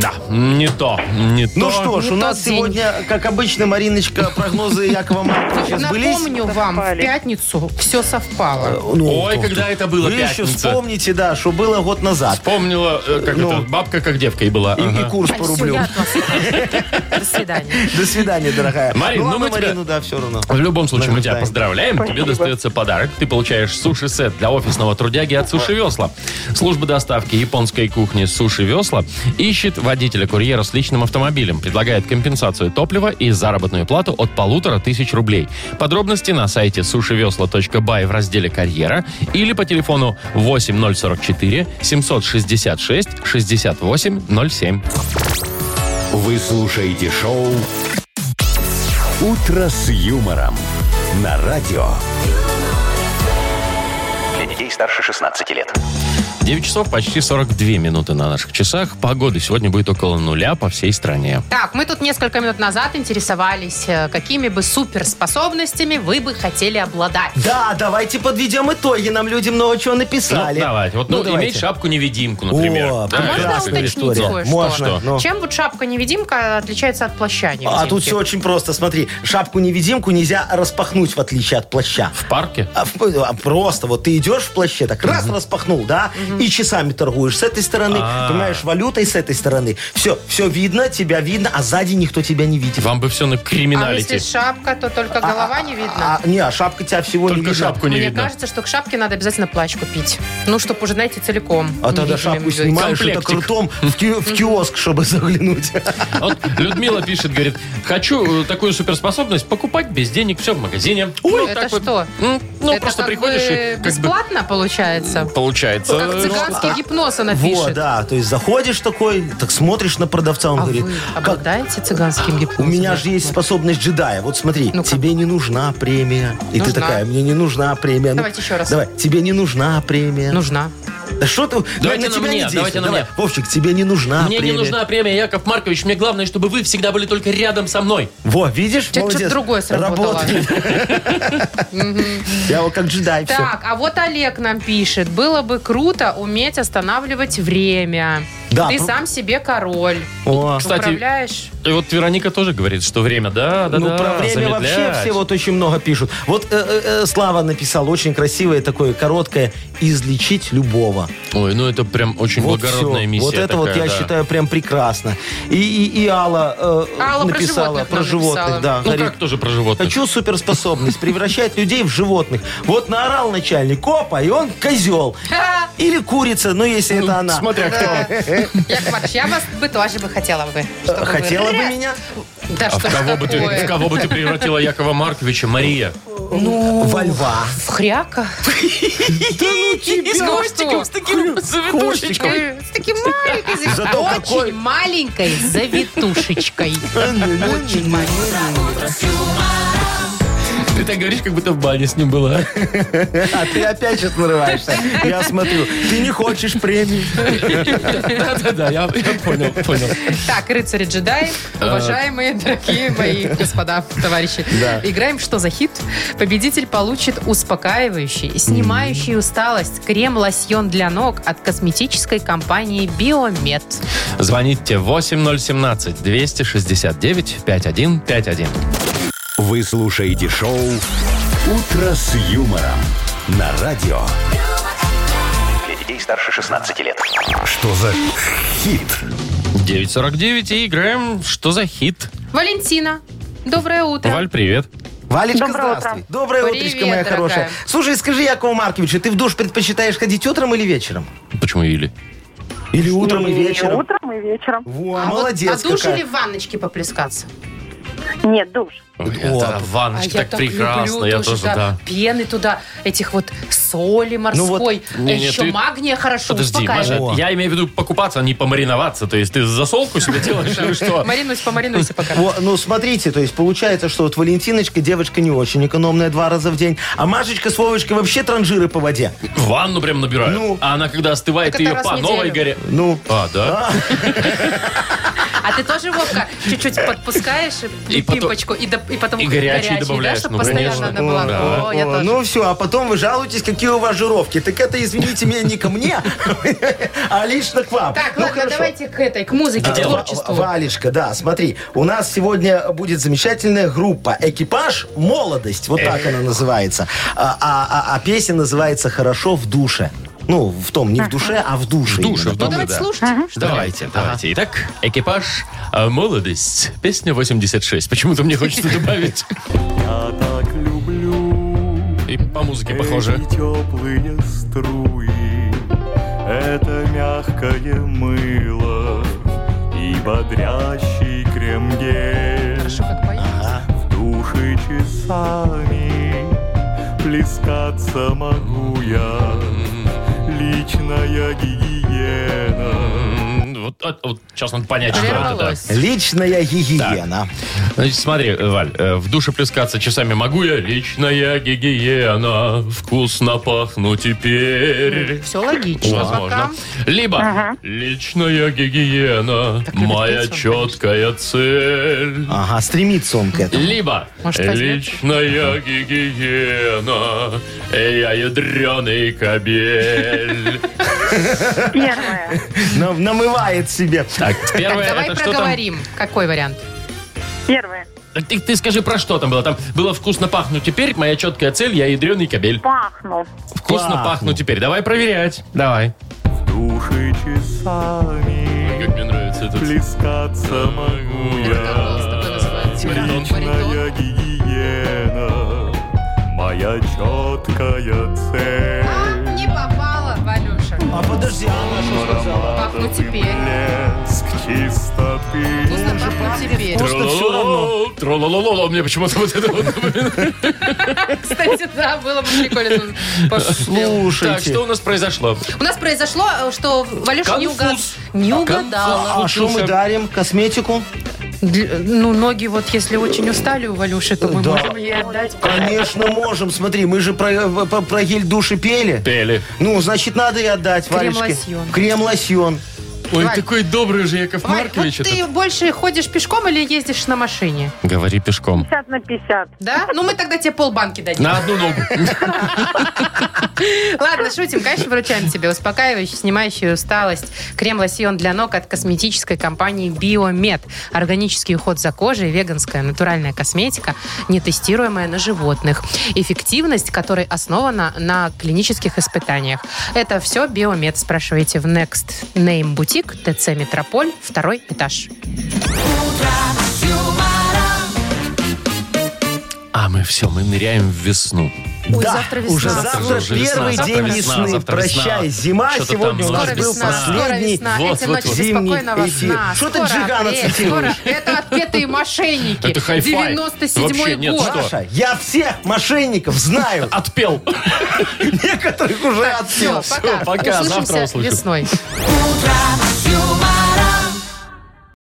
Speaker 1: Да, не то, не то.
Speaker 3: Ну что ж, у
Speaker 2: Ну,
Speaker 3: нас
Speaker 2: тот день.
Speaker 3: сегодня, как обычно, Мариночка, прогнозы Якова Марковича сбылись.
Speaker 2: Напомню вам, в
Speaker 8: Совпали.
Speaker 2: пятницу все совпало.
Speaker 3: Ну,
Speaker 1: Ой,
Speaker 3: вот
Speaker 1: когда
Speaker 3: тут.
Speaker 1: это было,
Speaker 3: Вы еще
Speaker 1: пятница.
Speaker 3: вспомните, да, что было год назад.
Speaker 1: Вспомнила, э, как
Speaker 3: Ну.
Speaker 1: это, бабка как девка и была.
Speaker 3: И, и
Speaker 1: Ага.
Speaker 3: курс
Speaker 2: Ай,
Speaker 3: по
Speaker 2: всё,
Speaker 3: рублю.
Speaker 2: я от вас. До свидания.
Speaker 3: До свидания, дорогая.
Speaker 1: Марин, ну
Speaker 3: ладно,
Speaker 1: мы тебя-
Speaker 3: Марину, да, все равно.
Speaker 1: В любом случае, мы тебя
Speaker 3: Награждаем.
Speaker 1: поздравляем. Тебе
Speaker 8: Спасибо.
Speaker 1: достается подарок. Ты получаешь суши-сет для офисного трудяги от Суши Весла. Служба доставки японской кухни Суши Весла ищет водителя-курьера с личным автомобилем, предлагает компенсацию топлива и заработную плату от полутора тысяч рублей. Подробности на сайте сушивесла.бай в разделе «Карьера» или по телефону 8044 766 6807.
Speaker 4: Вы слушаете шоу «Утро с юмором» на радио.
Speaker 5: Для детей старше 16 лет.
Speaker 1: 9 часов почти 42 минуты на наших часах. Погода сегодня будет около нуля по всей стране.
Speaker 2: Так, мы тут несколько минут назад интересовались, э, какими бы суперспособностями вы бы хотели обладать.
Speaker 3: Да, давайте подведем итоги. Нам люди много чего написали.
Speaker 1: Ну, давайте. Вот, ну,
Speaker 3: давайте.
Speaker 1: иметь шапку-невидимку, например.
Speaker 3: О,
Speaker 1: Да,
Speaker 2: прекрасно.
Speaker 1: как
Speaker 2: А
Speaker 3: прекрасная
Speaker 2: Можно
Speaker 1: говорится.
Speaker 2: уточнить
Speaker 3: история.
Speaker 2: кое-что?
Speaker 3: Можно.
Speaker 1: Что?
Speaker 3: ну.
Speaker 2: Чем вот шапка-невидимка отличается от плаща-невидимки?
Speaker 3: А тут все очень просто. Смотри, шапку-невидимку нельзя распахнуть, в отличие от плаща.
Speaker 1: В парке?
Speaker 3: А в- а просто вот ты идешь в плаще, так раз распахнул, да, и часами торгуешь с этой стороны,
Speaker 1: А.
Speaker 3: понимаешь, валютой с этой стороны. Все, все видно, тебя видно, а сзади никто тебя не видит.
Speaker 1: Вам бы все на
Speaker 2: А если
Speaker 1: криминалите.
Speaker 2: шапка, то только голова не видно?
Speaker 3: А, не, а шапка тебя всего не
Speaker 1: Только
Speaker 3: видно.
Speaker 1: шапку не
Speaker 2: Мне
Speaker 1: видно.
Speaker 2: кажется, что к шапке надо обязательно плащ купить. Ну, чтобы уже, знаете, целиком.
Speaker 3: А тогда шапку снимаешь, это
Speaker 1: Комплектик.
Speaker 3: крутом в, ки- в киоск,
Speaker 1: *laughs*
Speaker 3: чтобы заглянуть.
Speaker 1: Вот Людмила пишет, говорит, хочу э, такую суперспоспособность покупать без денег, все в магазине.
Speaker 2: Ой,
Speaker 1: Ну,
Speaker 2: это
Speaker 1: так вот.
Speaker 2: что?
Speaker 1: М, Ну,
Speaker 2: Это
Speaker 1: просто
Speaker 2: как
Speaker 1: приходишь
Speaker 2: бы
Speaker 1: и как бы ну,
Speaker 2: бесплатно получается?
Speaker 1: получается.
Speaker 2: Как цыганский гипноз она
Speaker 3: Вот,
Speaker 2: пишет.
Speaker 3: да, то есть заходишь такой, так смотришь на продавца, он
Speaker 2: А
Speaker 3: говорит,
Speaker 2: вы
Speaker 3: как
Speaker 2: обладаете цыганским
Speaker 3: у
Speaker 2: гипнозом?
Speaker 3: меня же есть способность джедая. Вот смотри,
Speaker 2: Ну-ка.
Speaker 3: тебе не нужна премия. И ты
Speaker 2: Нужна.
Speaker 3: такая, мне не нужна премия. Ну,
Speaker 2: Давайте еще раз.
Speaker 3: Давай, тебе не нужна премия.
Speaker 2: Нужна.
Speaker 3: Да что ты?
Speaker 1: Давайте на
Speaker 3: тебя
Speaker 1: мне,
Speaker 3: не действует.
Speaker 1: давайте на
Speaker 3: Давай,
Speaker 1: мне.
Speaker 3: Вовчик, тебе не нужна
Speaker 1: Мне
Speaker 3: А, премия.
Speaker 1: не нужна премия, Яков Маркович. Мне главное, чтобы вы всегда были только рядом со мной.
Speaker 3: Во, видишь,
Speaker 2: Чё-то
Speaker 3: молодец.
Speaker 2: другое сработало.
Speaker 3: Работает. Я вот как джедай, все.
Speaker 2: Так, а вот Олег нам пишет. Было бы круто уметь останавливать время.
Speaker 3: Да,
Speaker 2: Ты
Speaker 3: про-
Speaker 2: сам себе король.
Speaker 3: О.
Speaker 1: Кстати,
Speaker 2: Управляешь.
Speaker 1: И вот Вероника тоже говорит, что время, да, да,
Speaker 3: ну,
Speaker 1: да,
Speaker 3: про время
Speaker 1: замедлять.
Speaker 3: вообще все вот очень много пишут. Вот э, э, э, Слава написал очень красивое такое короткое «излечить любого».
Speaker 1: Ой, ну это прям очень
Speaker 3: Вот
Speaker 1: благородная
Speaker 3: всё.
Speaker 1: миссия
Speaker 3: Вот это вот
Speaker 1: такая,
Speaker 3: я
Speaker 1: да.
Speaker 3: считаю прям прекрасно. И, и, и Алла, э,
Speaker 2: Алла про
Speaker 3: написала
Speaker 2: животных нам написала.
Speaker 3: да.
Speaker 1: Ну
Speaker 3: говорит,
Speaker 1: как тоже про животных?
Speaker 3: Хочу суперспособность превращать людей в животных. Вот наорал начальник, опа, и он козел.
Speaker 2: Ха!
Speaker 3: Или курица, ну если это она.
Speaker 1: Смотря кто.
Speaker 2: Яков Маркович, я вас бы тоже бы хотела бы. чтобы вы-
Speaker 3: Хотела бы меня?
Speaker 2: Да
Speaker 1: А
Speaker 2: что
Speaker 1: в
Speaker 2: ж
Speaker 1: кого, бы ты,
Speaker 2: такое?
Speaker 1: в кого бы ты превратила Якова Марковича, Мария?
Speaker 3: Во льва.
Speaker 2: В *laughs* хряка?
Speaker 3: Да ну тебя.
Speaker 2: С хвостиком, с таким
Speaker 3: хвостиком.
Speaker 2: завитушечкой. С таким маленькой *laughs* зави-
Speaker 3: Зато
Speaker 2: Очень
Speaker 3: какой-
Speaker 2: маленькой завитушечкой. Очень маленькой.
Speaker 1: Ты так говоришь, как будто в бане с ним была.
Speaker 3: А ты опять сейчас нарываешься. Я смотрю, ты не хочешь премии.
Speaker 1: Да-да-да, я, я понял, понял.
Speaker 2: Так, рыцари джедаи, уважаемые, дорогие мои господа, товарищи. Играем «Что за хит?». Победитель получит успокаивающий, снимающий усталость крем-лосьон для ног от косметической компании «Биомед».
Speaker 1: Звоните 8017-269-5151.
Speaker 4: Вы слушаете шоу «Утро с юмором» на радио.
Speaker 5: Для детей старше 16 лет.
Speaker 4: Что за хит?
Speaker 1: 949 и играем «Что за хит?».
Speaker 2: Валентина, доброе утро.
Speaker 1: Валь, привет.
Speaker 3: Валечка,
Speaker 8: Доброе утро.
Speaker 3: здравствуй. Доброе
Speaker 2: Привет,
Speaker 3: утречко, моя
Speaker 2: дорогая.
Speaker 3: хорошая. Слушай, скажи, Якову Марковичу, ты в душ предпочитаешь ходить утром или вечером?
Speaker 1: Почему Или?
Speaker 3: Или утром и вечером?
Speaker 8: Утром и вечером.
Speaker 3: Во,
Speaker 2: А вот
Speaker 3: молодец
Speaker 2: на душ
Speaker 3: какая.
Speaker 2: или в ванночке поплескаться?
Speaker 8: Нет, душ.
Speaker 1: Ой, это а
Speaker 2: А
Speaker 1: ванночка так прекрасно, я тоже, да.
Speaker 2: Пены туда, этих вот соли
Speaker 3: Ну вот,
Speaker 2: морской,
Speaker 1: не, не,
Speaker 2: еще
Speaker 1: ты-
Speaker 2: магния хорошо
Speaker 1: Подожди,
Speaker 2: успокаивает.
Speaker 1: Маша, я имею в виду покупаться, а не помариноваться. То есть ты засолку себе делаешь или что?
Speaker 2: Маринусь, помаринуйся пока.
Speaker 3: Во, ну, смотрите, то есть получается, что вот Валентиночка, девочка не очень экономная два раза в день, а Машечка с Вовочкой вообще транжиры по воде.
Speaker 1: В ванну прям набирают.
Speaker 3: Ну.
Speaker 1: а она когда остывает,
Speaker 2: Так
Speaker 1: ты
Speaker 2: это
Speaker 1: ее
Speaker 2: раз
Speaker 1: по
Speaker 2: в
Speaker 1: новой
Speaker 2: неделю.
Speaker 1: горе...
Speaker 3: Ну,
Speaker 1: А, да?
Speaker 2: А ты тоже, Вовка, чуть-чуть подпускаешь
Speaker 1: И
Speaker 2: и
Speaker 1: потом-
Speaker 2: пимпочку, и, до- и потом
Speaker 1: и горячий
Speaker 2: да,
Speaker 1: добавляешь,
Speaker 2: чтобы
Speaker 1: ну,
Speaker 2: постоянно
Speaker 1: конечно.
Speaker 2: она была.
Speaker 1: Да.
Speaker 2: О, я
Speaker 3: о,
Speaker 2: тоже.
Speaker 3: ну все, а потом вы жалуетесь, какие у вас жировки. Так это, извините меня, не ко мне, *laughs* а лично к вам.
Speaker 2: Так,
Speaker 3: Ну,
Speaker 2: ладно,
Speaker 3: хорошо.
Speaker 2: давайте к этой, к музыке, к
Speaker 3: Э,
Speaker 2: творчеству.
Speaker 3: В- Валечка, да, смотри, у нас сегодня будет замечательная группа «Экипаж Молодость», вот так она называется. А, а- а- а песня называется «Хорошо в душе». Ну, в том, не в душе, а в душе.
Speaker 1: В душе, в душе,
Speaker 2: Ну, давайте
Speaker 1: да.
Speaker 2: слушать.
Speaker 1: Давайте, давайте. Итак, экипаж э, «Молодость». Песня 86. Почему-то мне хочется добавить.
Speaker 9: Я так люблю
Speaker 1: И по музыке похоже.
Speaker 9: эти теплые струи, это мягкое мыло и бодрящий крем-гель.
Speaker 2: Хорошо, как поет.
Speaker 9: В душе часами плескаться могу я. Личная гигиена.
Speaker 1: М, Вот, вот- вот сейчас надо понять, что это. да.
Speaker 2: Прервалось.
Speaker 3: Личная гигиена.
Speaker 1: Значит, смотри, Валь, э, в душе плескаться часами могу я. Личная гигиена. Вкусно пахну теперь.
Speaker 2: Все логично.
Speaker 1: Возможно. Либо личная гигиена,
Speaker 2: Так любит
Speaker 1: моя
Speaker 2: петь он,
Speaker 1: четкая цель.
Speaker 3: Ага, стремится он к этому.
Speaker 1: Либо
Speaker 2: Может, возьмет?
Speaker 1: личная гигиена, э, я ядреный кабель.
Speaker 8: Первое.
Speaker 3: Нам- Намывает себе.
Speaker 1: Так,
Speaker 2: Так,
Speaker 1: *laughs* первое
Speaker 2: давай
Speaker 1: это что там?
Speaker 2: проговорим. Какой вариант?
Speaker 8: Первое.
Speaker 1: Так Ты, ты скажи, про что там было? Там было вкусно пахну теперь, моя четкая цель, я ядреный кабель.
Speaker 8: Пахнул.
Speaker 1: Вкусно
Speaker 3: Пахну.
Speaker 1: пахну теперь. Давай проверять. Давай.
Speaker 9: В душе часами
Speaker 1: Как мне нравится этот
Speaker 9: плескаться могу
Speaker 2: Как
Speaker 9: я.
Speaker 2: голос такой называется?
Speaker 1: Баритон.
Speaker 2: Баритон.
Speaker 9: Личная гигиена, моя четкая цель.
Speaker 2: Не попала, Валюша.
Speaker 3: А подожди, она что сказала?
Speaker 2: Пахну
Speaker 9: Ароматов и
Speaker 2: теперь.
Speaker 9: Блеск чистоты.
Speaker 2: Вкусно пахнет теперь.
Speaker 3: Просто все равно.
Speaker 1: Трололололо, мне почему-то вот это вот напоминает.
Speaker 2: Кстати, да, было бы прикольно. Пошел.
Speaker 1: Так,
Speaker 3: ну, Слушайте.
Speaker 1: что у нас произошло?
Speaker 2: У нас произошло, э, что Валюша не, угад-
Speaker 1: Конфуз.
Speaker 2: не угадала.
Speaker 3: А что мы
Speaker 1: Слушай.
Speaker 3: дарим? Косметику?
Speaker 2: Дл- Ну, ноги вот если очень устали у Валюши, то мы
Speaker 3: Да.
Speaker 2: можем ей отдать.
Speaker 3: Конечно, можем. Смотри, мы же про, э, про- про гель души пели.
Speaker 1: Пели.
Speaker 3: Ну, значит, надо и отдать Валечке.
Speaker 2: Крем-лосьон.
Speaker 3: Крем-лосьон.
Speaker 1: Ой,
Speaker 2: Валь.
Speaker 1: такой добрый же Яков
Speaker 2: Валь, вот
Speaker 1: Маркович.
Speaker 2: ты больше ходишь пешком или ездишь на машине?
Speaker 1: Говори пешком.
Speaker 8: 50 на 50.
Speaker 2: Да? Ну, мы тогда тебе полбанки дадим.
Speaker 1: На одну ногу.
Speaker 2: Ладно, шутим. Конечно, вручаем тебе успокаивающий, снимающий усталость. Крем-лосьон для ног от косметической компании Биомед. Органический уход за кожей, веганская натуральная косметика, не тестируемая на животных. Эффективность которой основана на клинических испытаниях. Это все Биомед. Спрашивайте в Next Name Бутик, ТЦ Метрополь, второй этаж.
Speaker 1: А мы все, мы ныряем в весну.
Speaker 2: Ой,
Speaker 3: да,
Speaker 2: завтра весна.
Speaker 3: уже
Speaker 1: Завтра
Speaker 3: завтра,
Speaker 1: уже весна,
Speaker 3: первый
Speaker 1: завтра
Speaker 3: день
Speaker 1: весна,
Speaker 3: весны.
Speaker 1: завтра
Speaker 3: Прощай,
Speaker 1: весна.
Speaker 3: зима.
Speaker 1: Что-то
Speaker 3: сегодня
Speaker 1: там
Speaker 3: у нас
Speaker 2: Скоро
Speaker 1: Может,
Speaker 3: был
Speaker 2: весна, скоро
Speaker 3: последний.
Speaker 2: весна.
Speaker 1: вот,
Speaker 2: Эти
Speaker 1: вот,
Speaker 2: ночи
Speaker 1: вот.
Speaker 2: спокойного
Speaker 3: Зимний эфир.
Speaker 2: сна.
Speaker 3: Что ты
Speaker 2: Скоро
Speaker 3: Джигана
Speaker 2: апрель,
Speaker 3: цитируешь?
Speaker 2: скоро. Это отпетые мошенники.
Speaker 1: Это хай-фай.
Speaker 2: 97-й
Speaker 1: Вообще нет,
Speaker 2: год.
Speaker 1: что? А,
Speaker 3: Маша, я всех мошенников знаю. *laughs*
Speaker 1: Отпел.
Speaker 3: Некоторых уже
Speaker 2: Все,
Speaker 3: отсел.
Speaker 2: пока.
Speaker 1: пока, завтра
Speaker 2: Услышимся
Speaker 1: услышим.
Speaker 2: весной.
Speaker 10: Утро с